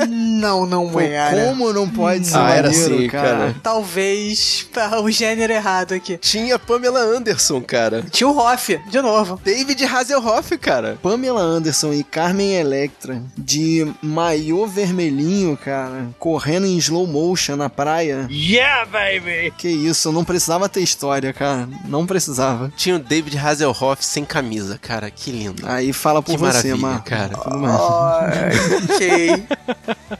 Speaker 3: Não, não
Speaker 2: Pô, como não pode ser
Speaker 1: Ah, era
Speaker 2: maneiro,
Speaker 1: assim,
Speaker 2: cara?
Speaker 1: cara.
Speaker 3: Talvez tá o gênero errado aqui.
Speaker 1: Tinha Pamela Anderson, cara.
Speaker 3: Tio Hoff, de novo.
Speaker 1: David Hasselhoff, cara.
Speaker 2: Pamela Anderson e Carmen Electra de maiô vermelhinho, cara, correndo em slow motion na praia.
Speaker 6: Yeah, baby!
Speaker 2: Que isso, não precisava ter história, cara. Não precisava.
Speaker 1: Tinha o David Hasselhoff sem camisa, cara. Que lindo.
Speaker 2: Aí fala por
Speaker 1: que
Speaker 2: você,
Speaker 1: maravilha,
Speaker 2: Marco. Ah,
Speaker 1: cara.
Speaker 2: Tudo mais.
Speaker 3: ok.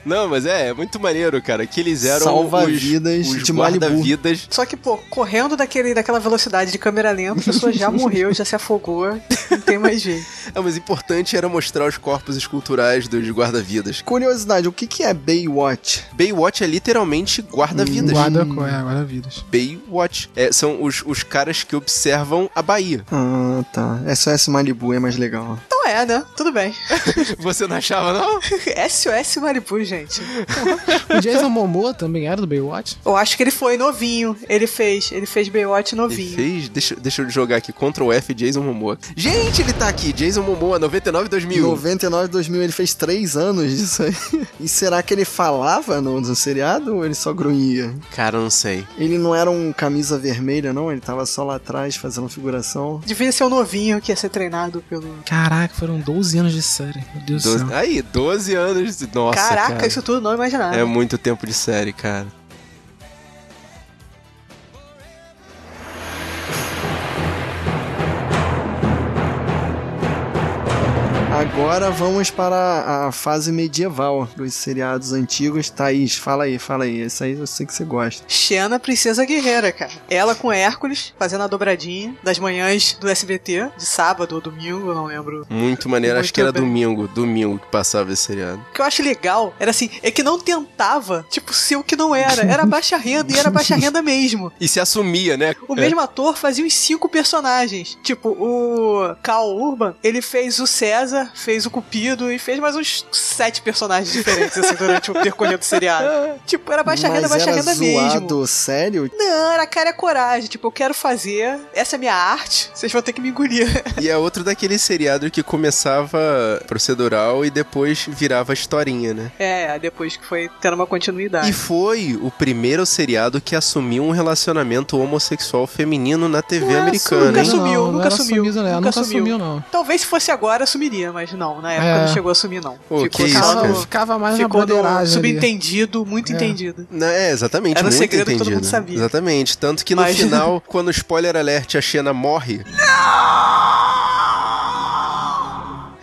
Speaker 1: Não, mas é, é muito maneiro, cara. Que eles eram
Speaker 2: Salva-vidas
Speaker 1: os, os
Speaker 2: de Malibu.
Speaker 1: guarda-vidas.
Speaker 3: Só que, pô, correndo daquele, daquela velocidade de câmera lenta, a pessoa já morreu, já se afogou. Não tem mais jeito.
Speaker 1: Ah, mas o importante era mostrar os corpos esculturais dos guarda-vidas.
Speaker 2: Curiosidade, o que, que é Baywatch?
Speaker 1: Baywatch é literalmente guarda-vidas.
Speaker 4: Guarda, é, guarda-vidas.
Speaker 1: Baywatch. É, são os, os caras que observam a Bahia.
Speaker 2: Ah, tá. SOS Malibu é mais legal.
Speaker 3: Então não é, né? Tudo bem.
Speaker 1: Você não achava, não?
Speaker 3: SOS Maribu, gente.
Speaker 4: O Jason Momoa também era do Baywatch?
Speaker 3: Eu acho que ele foi novinho. Ele fez. Ele fez Baywatch
Speaker 1: Ele
Speaker 3: novinho.
Speaker 1: fez. Deixa, deixa eu jogar aqui. Ctrl F Jason Momoa. Gente, ele tá aqui. Jason Momoa, 99
Speaker 2: Em
Speaker 1: 2000.
Speaker 2: 99, 2000, ele fez três anos disso aí. E será que ele falava no, no seriado ou ele só grunhia?
Speaker 1: Cara, eu não sei.
Speaker 2: Ele não era um camisa vermelha, não? Ele tava só lá atrás fazendo figuração.
Speaker 3: Devia ser o novinho que ia ser treinado pelo.
Speaker 4: Caraca, foram 12 anos de série. Meu Deus do
Speaker 1: Doze-
Speaker 4: céu.
Speaker 1: Aí, 12 anos. de- Nossa,
Speaker 3: Caraca,
Speaker 1: cara.
Speaker 3: isso tudo não imaginava.
Speaker 1: É muito tempo de série, cara.
Speaker 2: Agora vamos para a fase medieval dos seriados antigos. Thaís, fala aí, fala aí. Esse aí eu sei que você gosta.
Speaker 3: Xena, princesa guerreira, cara. Ela com Hércules, fazendo a dobradinha das manhãs do SBT, de sábado ou domingo, eu não lembro.
Speaker 1: Muito maneiro. Acho
Speaker 3: Muito
Speaker 1: que era
Speaker 3: bem.
Speaker 1: domingo. Domingo que passava esse seriado.
Speaker 3: O que eu acho legal era assim, é que não tentava, tipo, ser o que não era. Era baixa renda e era baixa renda mesmo.
Speaker 1: E se assumia, né?
Speaker 3: O
Speaker 1: É.
Speaker 3: mesmo ator fazia os cinco personagens. Tipo, o Carl Urban, ele fez o César, fez o Cupido e fez mais uns sete personagens diferentes, assim, durante o percorrer do seriado. Tipo, era baixa renda,
Speaker 2: Mas
Speaker 3: baixa
Speaker 2: era
Speaker 3: renda
Speaker 2: zoado,
Speaker 3: mesmo.
Speaker 2: sério?
Speaker 3: Não, era cara e coragem. Tipo, eu quero fazer, essa é a minha arte, vocês vão ter que me engolir.
Speaker 1: E é outro daquele seriado que começava procedural e depois virava historinha, né?
Speaker 3: É, depois que foi tendo uma continuidade.
Speaker 1: E foi o primeiro seriado que assumiu um relacionamento homossexual feminino na TV
Speaker 3: Ué,
Speaker 1: americana,
Speaker 3: nunca
Speaker 1: hein?
Speaker 4: Não,
Speaker 3: sumiu,
Speaker 4: não
Speaker 3: nunca
Speaker 4: era
Speaker 3: sumiu,
Speaker 4: assumido, né?
Speaker 3: nunca
Speaker 4: Nunca
Speaker 3: sumiu.
Speaker 4: sumiu, não.
Speaker 3: Talvez se fosse agora, assumiria, mas não, na época
Speaker 4: É.
Speaker 3: não chegou a assumir, não.
Speaker 1: Pô, que isso,
Speaker 3: só
Speaker 1: cara.
Speaker 3: no-
Speaker 4: Ficava mais na
Speaker 3: Ficou no
Speaker 4: broderagem ali.
Speaker 3: subentendido, muito
Speaker 4: É.
Speaker 3: entendido.
Speaker 1: Não, é, exatamente,
Speaker 3: Era um
Speaker 1: muito
Speaker 3: segredo que
Speaker 1: entendido.
Speaker 3: todo mundo sabia.
Speaker 1: Exatamente, tanto que no
Speaker 3: Mas-
Speaker 1: final, quando o spoiler alert, a Xena morre.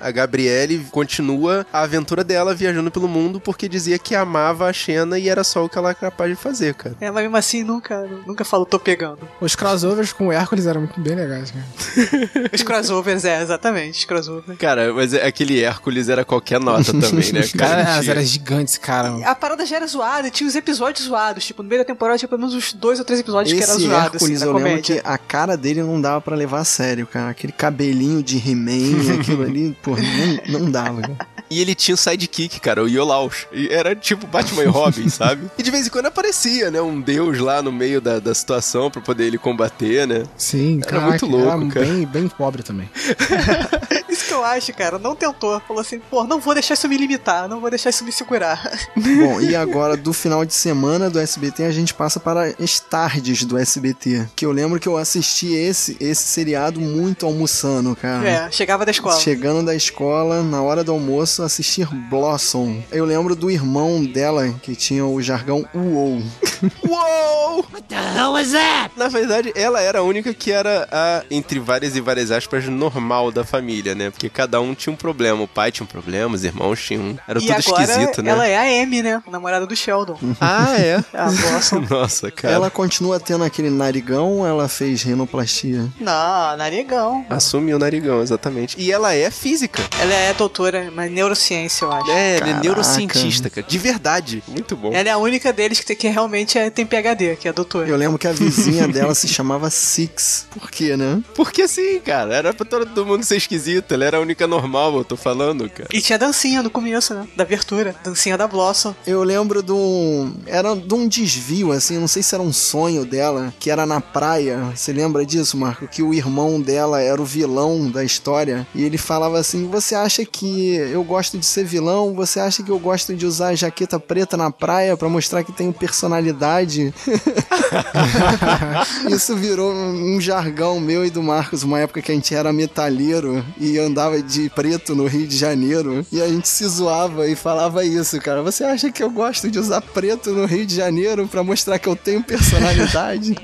Speaker 1: A Gabriele continua a aventura dela viajando pelo mundo porque dizia que amava a Xena e era só o que ela era capaz de fazer, cara.
Speaker 3: É, mas mesmo assim nunca, nunca falo tô pegando.
Speaker 4: Os crossovers com o Hércules eram muito bem legais, cara.
Speaker 3: Os crossovers, é, exatamente, os crossovers.
Speaker 1: Cara, mas aquele Hércules era qualquer nota também, né, cara?
Speaker 4: Cara,
Speaker 1: Tinha-
Speaker 4: era gigante esse cara. mano.
Speaker 3: A parada já era zoada e tinha os episódios zoados. Tipo, no meio da temporada tinha pelo menos uns dois ou três episódios que era
Speaker 2: Esse
Speaker 3: zoado, assim,
Speaker 2: Hércules,
Speaker 3: da
Speaker 2: eu lembro
Speaker 3: comédia.
Speaker 2: que a cara dele não dava pra levar a sério, cara. Aquele cabelinho de He-Man, aquilo ali, porra, não, não dava, cara.
Speaker 1: E ele tinha um sidekick, cara, o Yolaus. E era tipo Batman e Robin, sabe? E de vez em quando aparecia, né? Um deus lá no meio da, da situação pra poder ele combater, né?
Speaker 4: Sim,
Speaker 1: Era
Speaker 4: caraca,
Speaker 1: muito louco,
Speaker 4: era
Speaker 1: cara.
Speaker 4: Bem, bem pobre também.
Speaker 3: Isso que eu acho, cara. Não tentou. Falou assim, pô, não vou deixar isso me limitar, não vou deixar isso me segurar.
Speaker 2: Bom, e agora do final de semana do SBT a gente passa para as tardes do SBT. Que eu lembro que eu assisti esse, esse seriado muito almoçando, cara.
Speaker 3: É, chegava da escola.
Speaker 2: Chegando da escola, na hora do almoço, assistir Blossom. Eu lembro do irmão dela, que tinha o jargão UOU.
Speaker 1: Uou! What the hell is that? Na verdade, ela era a única que era a, entre várias e várias aspas, normal da família, né? Porque cada um tinha um problema. O pai tinha um problema, os irmãos tinham um. Era
Speaker 3: e
Speaker 1: tudo
Speaker 3: agora
Speaker 1: esquisito, né?
Speaker 3: ela é a Amy, né? Namorada do Sheldon.
Speaker 1: Ah, é.
Speaker 3: A bossa.
Speaker 1: Nossa, cara.
Speaker 2: Ela continua tendo aquele narigão ou ela fez rinoplastia?
Speaker 3: Não, narigão.
Speaker 1: Assumiu o narigão, exatamente. E ela é física.
Speaker 3: Ela é doutora, mas neurociência, eu acho.
Speaker 1: É, ela é
Speaker 2: Caraca.
Speaker 1: neurocientista, cara. De verdade. Muito bom.
Speaker 3: Ela é a única deles que, tem- que realmente é- tem PHD, que é a doutora.
Speaker 2: Eu lembro que a vizinha dela se chamava Six. Por quê, né?
Speaker 1: Porque assim, cara, era pra todo mundo ser esquisito, ela era a única normal, eu tô falando, cara.
Speaker 3: E tinha dancinha no começo, né? Da abertura. Dancinha da Blossom.
Speaker 2: Eu lembro de um. Era de um desvio, assim, não sei se era um sonho dela, que era na praia. Você lembra disso, Marco? Que o irmão dela era o vilão da história. E ele falava assim: Você acha que eu gosto de ser vilão? Você acha que eu gosto de usar a jaqueta preta na praia pra mostrar que tenho personalidade? Isso virou um um jargão meu e do Marcos, uma época que a gente era metalheiro e andava de preto no Rio de Janeiro. E a gente se zoava e falava isso, cara. Você acha que eu gosto de usar preto no Rio de Janeiro pra mostrar que eu tenho personalidade?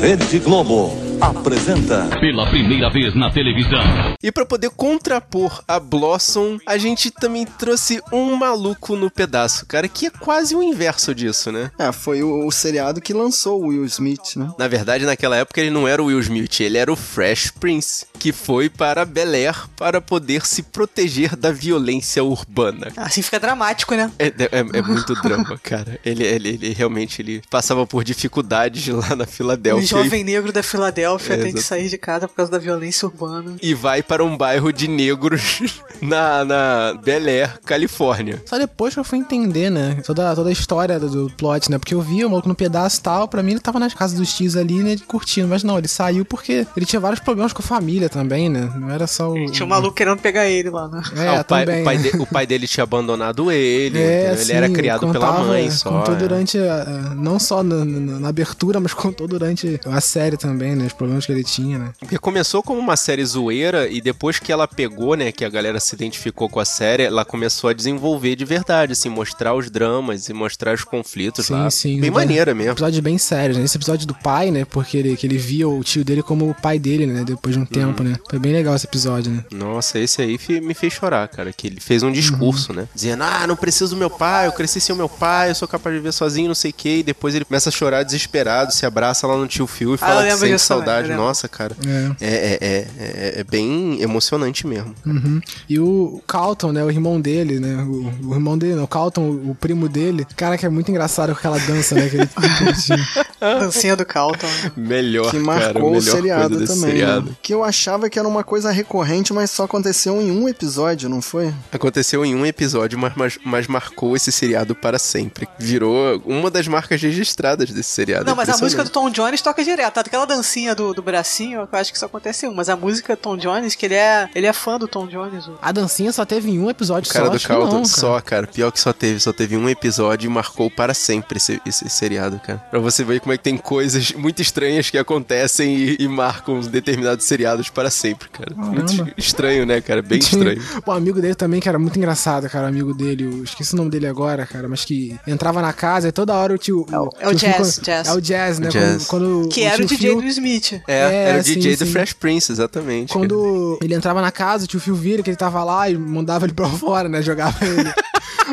Speaker 8: Rede Globo apresenta
Speaker 9: Pela primeira vez na televisão.
Speaker 1: E pra poder contrapor a Blossom, a gente também trouxe um maluco no pedaço, cara, que é quase o inverso disso, né?
Speaker 2: é, foi o, o seriado que lançou o Will Smith, né?
Speaker 1: Na verdade, naquela época ele não era o Will Smith, ele era o Fresh Prince, que foi para Bel Air para poder se proteger da violência urbana.
Speaker 3: Assim fica dramático, né?
Speaker 1: É, é- é muito drama, cara. Ele, ele, ele realmente ele passava por dificuldades lá na
Speaker 3: O
Speaker 1: Filadélfia. e
Speaker 3: Um jovem negro da Filadélfia tem que
Speaker 1: Exato.
Speaker 3: sair de casa por causa da violência urbana.
Speaker 1: E vai para um bairro de negros na, na Bel Air, Califórnia.
Speaker 4: Só depois que eu fui entender, né? Toda, toda a história do, do plot, né? Porque eu vi o maluco no pedaço e tal. Pra mim, ele tava nas casas dos tios ali, né? Curtindo. Mas não, ele saiu porque ele tinha vários problemas com a família também, né? Não era só o.
Speaker 3: Tinha um maluco querendo pegar ele lá, né?
Speaker 4: É,
Speaker 1: Ah, o, pai,
Speaker 4: também.
Speaker 1: o, pai de- o pai dele tinha abandonado ele,
Speaker 4: É,
Speaker 1: entendeu?
Speaker 4: assim,
Speaker 1: ele era criado pela
Speaker 4: contava-
Speaker 1: mãe só.
Speaker 4: Contou
Speaker 1: é.
Speaker 4: durante, a- a- não só na, na- na abertura, mas contou durante a série também, né? Os problemas que ele tinha, né?
Speaker 1: Porque começou como uma série zoeira e depois que ela pegou, né, que a galera se identificou com a série, ela começou a desenvolver de verdade, assim, mostrar os dramas e mostrar os conflitos
Speaker 4: Sim,
Speaker 1: lá.
Speaker 4: sim.
Speaker 1: Bem
Speaker 4: Episódio-
Speaker 1: maneira mesmo.
Speaker 4: Episódio bem sério, né? Esse episódio do pai, né? Porque ele, que ele via o tio dele como o pai dele, né? Depois
Speaker 1: Uhum.
Speaker 4: de um tempo, né? Foi bem legal esse episódio, né?
Speaker 1: Nossa, esse aí fe- me fez chorar, cara. Que ele fez um discurso, né? Dizendo, ah, não preciso do meu pai, eu cresci sem o meu pai, eu sou capaz de viver sozinho, não sei o quê. E depois ele começa a chorar desesperado, se abraça lá no tio Phil e
Speaker 3: Ah, eu
Speaker 1: fala que
Speaker 3: lembro
Speaker 1: sente
Speaker 3: disso também,
Speaker 1: saudade.
Speaker 3: eu lembro.
Speaker 1: Nossa, cara.
Speaker 4: É.
Speaker 1: É, é, é, é- é bem emocionante mesmo.
Speaker 4: Uhum. E o Calton, né? O irmão dele, né? O, o irmão dele, não, o Calton, o, o primo dele. Cara, que é muito engraçado com aquela dança, né? Que ele curtia.
Speaker 3: Dancinha do Calton. né?
Speaker 1: Melhor,
Speaker 2: Que
Speaker 1: cara.
Speaker 2: marcou o
Speaker 1: melhor coisa
Speaker 2: seriado
Speaker 1: desse
Speaker 2: também.
Speaker 1: seriado.
Speaker 2: né? Que eu achava que era uma coisa recorrente, mas só aconteceu em um episódio, não foi?
Speaker 1: Aconteceu em um episódio, mas, mas, mas marcou esse seriado para sempre. Virou uma das marcas registradas desse seriado.
Speaker 3: Não, mas a música do
Speaker 1: Impressionante.
Speaker 3: Tom Jones toca direto. Tá? Aquela dancinha do, do bracinho, eu acho que só acontece um. Mas a música do Tom Jones, que ele é, ele é fã do Tom Jones. o-
Speaker 4: A dancinha só teve em um episódio
Speaker 1: O cara
Speaker 4: só.
Speaker 1: do
Speaker 4: acho que não,
Speaker 1: Caldo
Speaker 4: cara.
Speaker 1: só, cara. Pior que só teve, só teve um episódio e marcou para sempre esse, esse seriado, cara. Pra você ver como é que tem coisas muito estranhas que acontecem e, e marcam determinados seriados para sempre, cara. Muito estranho, né, cara? Bem estranho.
Speaker 4: O um amigo dele também, que era muito engraçado, cara. O amigo dele, eu esqueci o nome dele agora, cara, mas que entrava na casa e toda hora o tio.
Speaker 3: É o- é o
Speaker 4: tio Phil
Speaker 3: Jazz,
Speaker 4: quando-
Speaker 3: Jazz.
Speaker 4: É o Jazz, né?
Speaker 1: O Jazz.
Speaker 4: Quando, quando
Speaker 3: Que
Speaker 4: o
Speaker 3: era o
Speaker 4: tio
Speaker 3: DJ
Speaker 4: Phil-
Speaker 3: do Smith.
Speaker 1: É,
Speaker 4: É,
Speaker 1: era o
Speaker 4: sim,
Speaker 1: DJ do
Speaker 4: sim.
Speaker 1: Fresh Prince, exatamente. cara.
Speaker 4: Quando ele entrava na casa, o tio Phil vira que ele tava lá e mandava ele pra fora, né? Jogava ele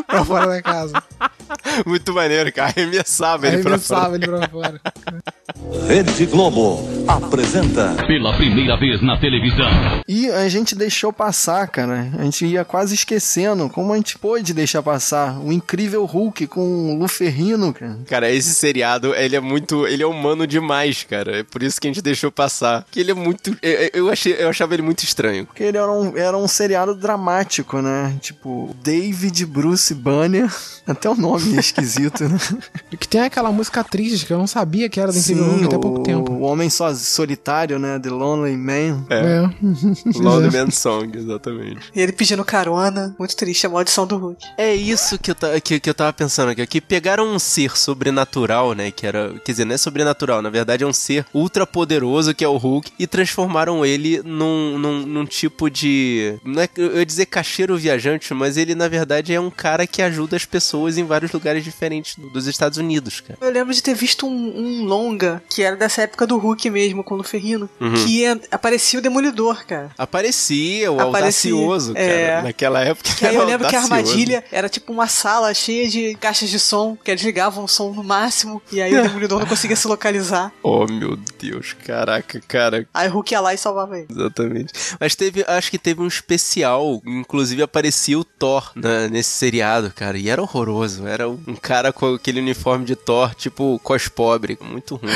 Speaker 4: pra fora da casa.
Speaker 1: Muito maneiro, cara. Arremessava ele
Speaker 4: Aí
Speaker 1: pra fora.
Speaker 4: pensava ele pra fora.
Speaker 8: Rede Globo apresenta
Speaker 9: Pela primeira vez na televisão.
Speaker 2: E a gente deixou passar, cara. A gente ia quase esquecendo. Como a gente pôde deixar passar? O incrível Hulk com o Luferrino, cara.
Speaker 1: Cara, esse seriado, ele é muito. Ele é humano demais, cara. É por isso que a gente deixou passar. Que ele é muito. Eu, eu achei, eu achava ele muito estranho.
Speaker 2: Porque ele era um, era um seriado dramático, né? Tipo, David Bruce Banner. Até o nome é esquisito, né?
Speaker 4: E que tem aquela música triste que eu não sabia que era do Incrível Hulk até
Speaker 2: o,
Speaker 4: pouco tempo.
Speaker 2: o Homem so, Solitário, né? The Lonely Man.
Speaker 1: É. Lone Man Song, exatamente.
Speaker 3: E ele pedindo carona. Muito triste, a maldição do Hulk.
Speaker 1: É isso que eu, ta- que, que eu tava pensando aqui. Que pegaram um ser sobrenatural, né? Que era. Quer dizer, não é sobrenatural, na verdade é um ser ultra poderoso que é o Hulk. E transformaram ele num, num, num tipo de. Não é, eu ia dizer cacheiro viajante, mas ele na verdade é um cara que ajuda as pessoas em vários lugares diferentes do- dos Estados Unidos, cara.
Speaker 3: Eu lembro de ter visto um, um longa, que era dessa época do Hulk mesmo, com o Luferrino,
Speaker 1: Uhum.
Speaker 3: que en- aparecia o Demolidor, cara.
Speaker 1: Aparecia o
Speaker 3: Aparecia,
Speaker 1: audacioso, cara.
Speaker 3: é.
Speaker 1: Naquela época.
Speaker 3: Que aí
Speaker 1: era
Speaker 3: eu lembro que a
Speaker 1: audacioso.
Speaker 3: armadilha era tipo uma sala cheia de caixas de som, que eles ligavam o som no máximo, e aí o Demolidor não conseguia se localizar.
Speaker 1: Oh, meu Deus, caraca, cara.
Speaker 3: Aí o Hulk ia lá e salvava ele.
Speaker 1: Exatamente. Mas teve, acho que teve um especial, inclusive aparecia o Thor na- nesse seriado, cara, e era horroroso. Era um cara com aquele uniforme de Thor, tipo cos pobre, muito ruim.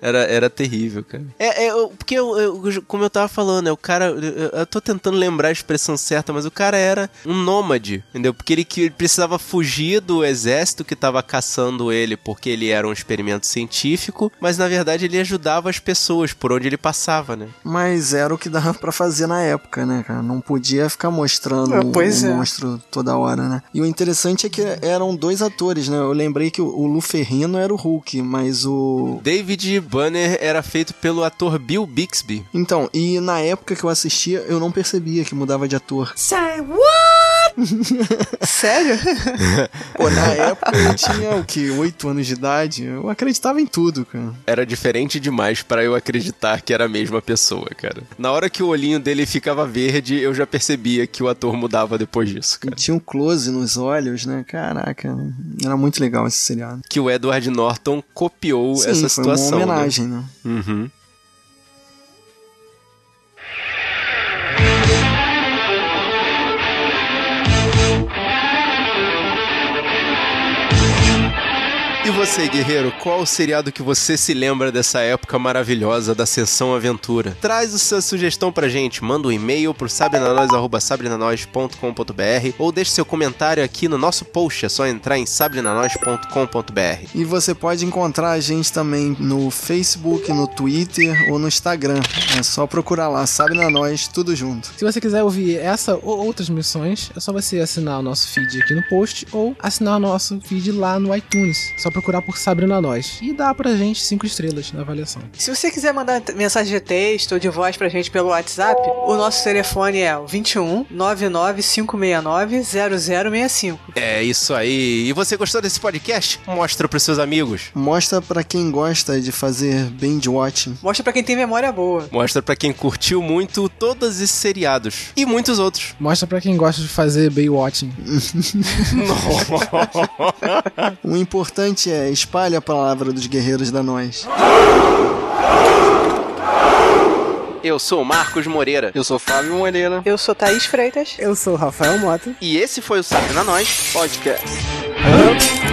Speaker 1: Era, era terrível, cara. É, é, eu- porque eu- eu- como eu tava falando, é o cara, eu, eu tô tentando lembrar a expressão certa, mas o cara era um nômade, entendeu? Porque ele, que- ele precisava fugir do exército que tava caçando ele, porque ele era um experimento científico, mas na verdade ele ajudava as pessoas por onde ele passava, né?
Speaker 2: Mas era o que dava pra fazer na época, né, cara? Não podia ficar mostrando
Speaker 3: Ah,
Speaker 2: o-
Speaker 3: pois
Speaker 2: o
Speaker 3: é.
Speaker 2: monstro toda hora, né? E o interessante é que eram dois atores, né? Eu lembrei que o- o Luferrino era o Hulk, mas o.
Speaker 1: David Banner era feito pelo ator Bill Bixby.
Speaker 2: Então, e na época que eu assistia, eu não percebia que mudava de ator.
Speaker 3: Sério?
Speaker 2: Pô, na época eu tinha o quê? Oito anos de idade? Eu acreditava em tudo, cara.
Speaker 1: Era diferente demais pra eu acreditar que era a mesma pessoa, cara. Na hora que o olhinho dele ficava verde, eu já percebia que o ator mudava depois disso, cara.
Speaker 2: Tinha um close nos olhos, né? Caraca, era muito legal esse seriado.
Speaker 1: Que o Edward Norton copiou
Speaker 2: Sim,
Speaker 1: essa
Speaker 2: foi
Speaker 1: situação.
Speaker 2: uma
Speaker 1: né?
Speaker 2: homenagem, né?
Speaker 1: Uhum. E você, guerreiro, qual o seriado que você se lembra dessa época maravilhosa da Sessão Aventura? Traz a sua sugestão pra gente, manda um e-mail pro sabrinanois.sabrinanois.com.br ou deixe seu comentário aqui no nosso post, é só entrar em sabrinanois.com.br.
Speaker 2: E você pode encontrar a gente também no Facebook, no Twitter ou no Instagram. É só procurar lá, sabe na nós, tudo junto.
Speaker 4: Se você quiser ouvir essa ou outras missões, é só você assinar o nosso feed aqui no post ou assinar o nosso feed lá no iTunes. É só procurar por Sabrina Nós. E dá pra gente cinco estrelas na avaliação.
Speaker 3: Se você quiser mandar t- mensagem de texto ou de voz pra gente pelo WhatsApp, o nosso telefone é o 21 99569 0065.
Speaker 1: É isso aí. E você gostou desse podcast? Mostra pros seus amigos.
Speaker 2: Mostra pra quem gosta de fazer binge watching.
Speaker 3: Mostra pra quem tem memória boa.
Speaker 1: Mostra pra quem curtiu muito todos esses seriados e muitos outros.
Speaker 4: Mostra pra quem gosta de fazer Baywatching.
Speaker 2: O importante é espalhe a palavra dos guerreiros da nós.
Speaker 1: Eu sou o Marcos Moreira.
Speaker 2: Eu sou Fábio Moreira.
Speaker 3: Eu sou Thaís Freitas.
Speaker 5: Eu sou o Rafael Mota.
Speaker 1: E esse foi o Sabrina Nós Podcast.
Speaker 5: Podcast.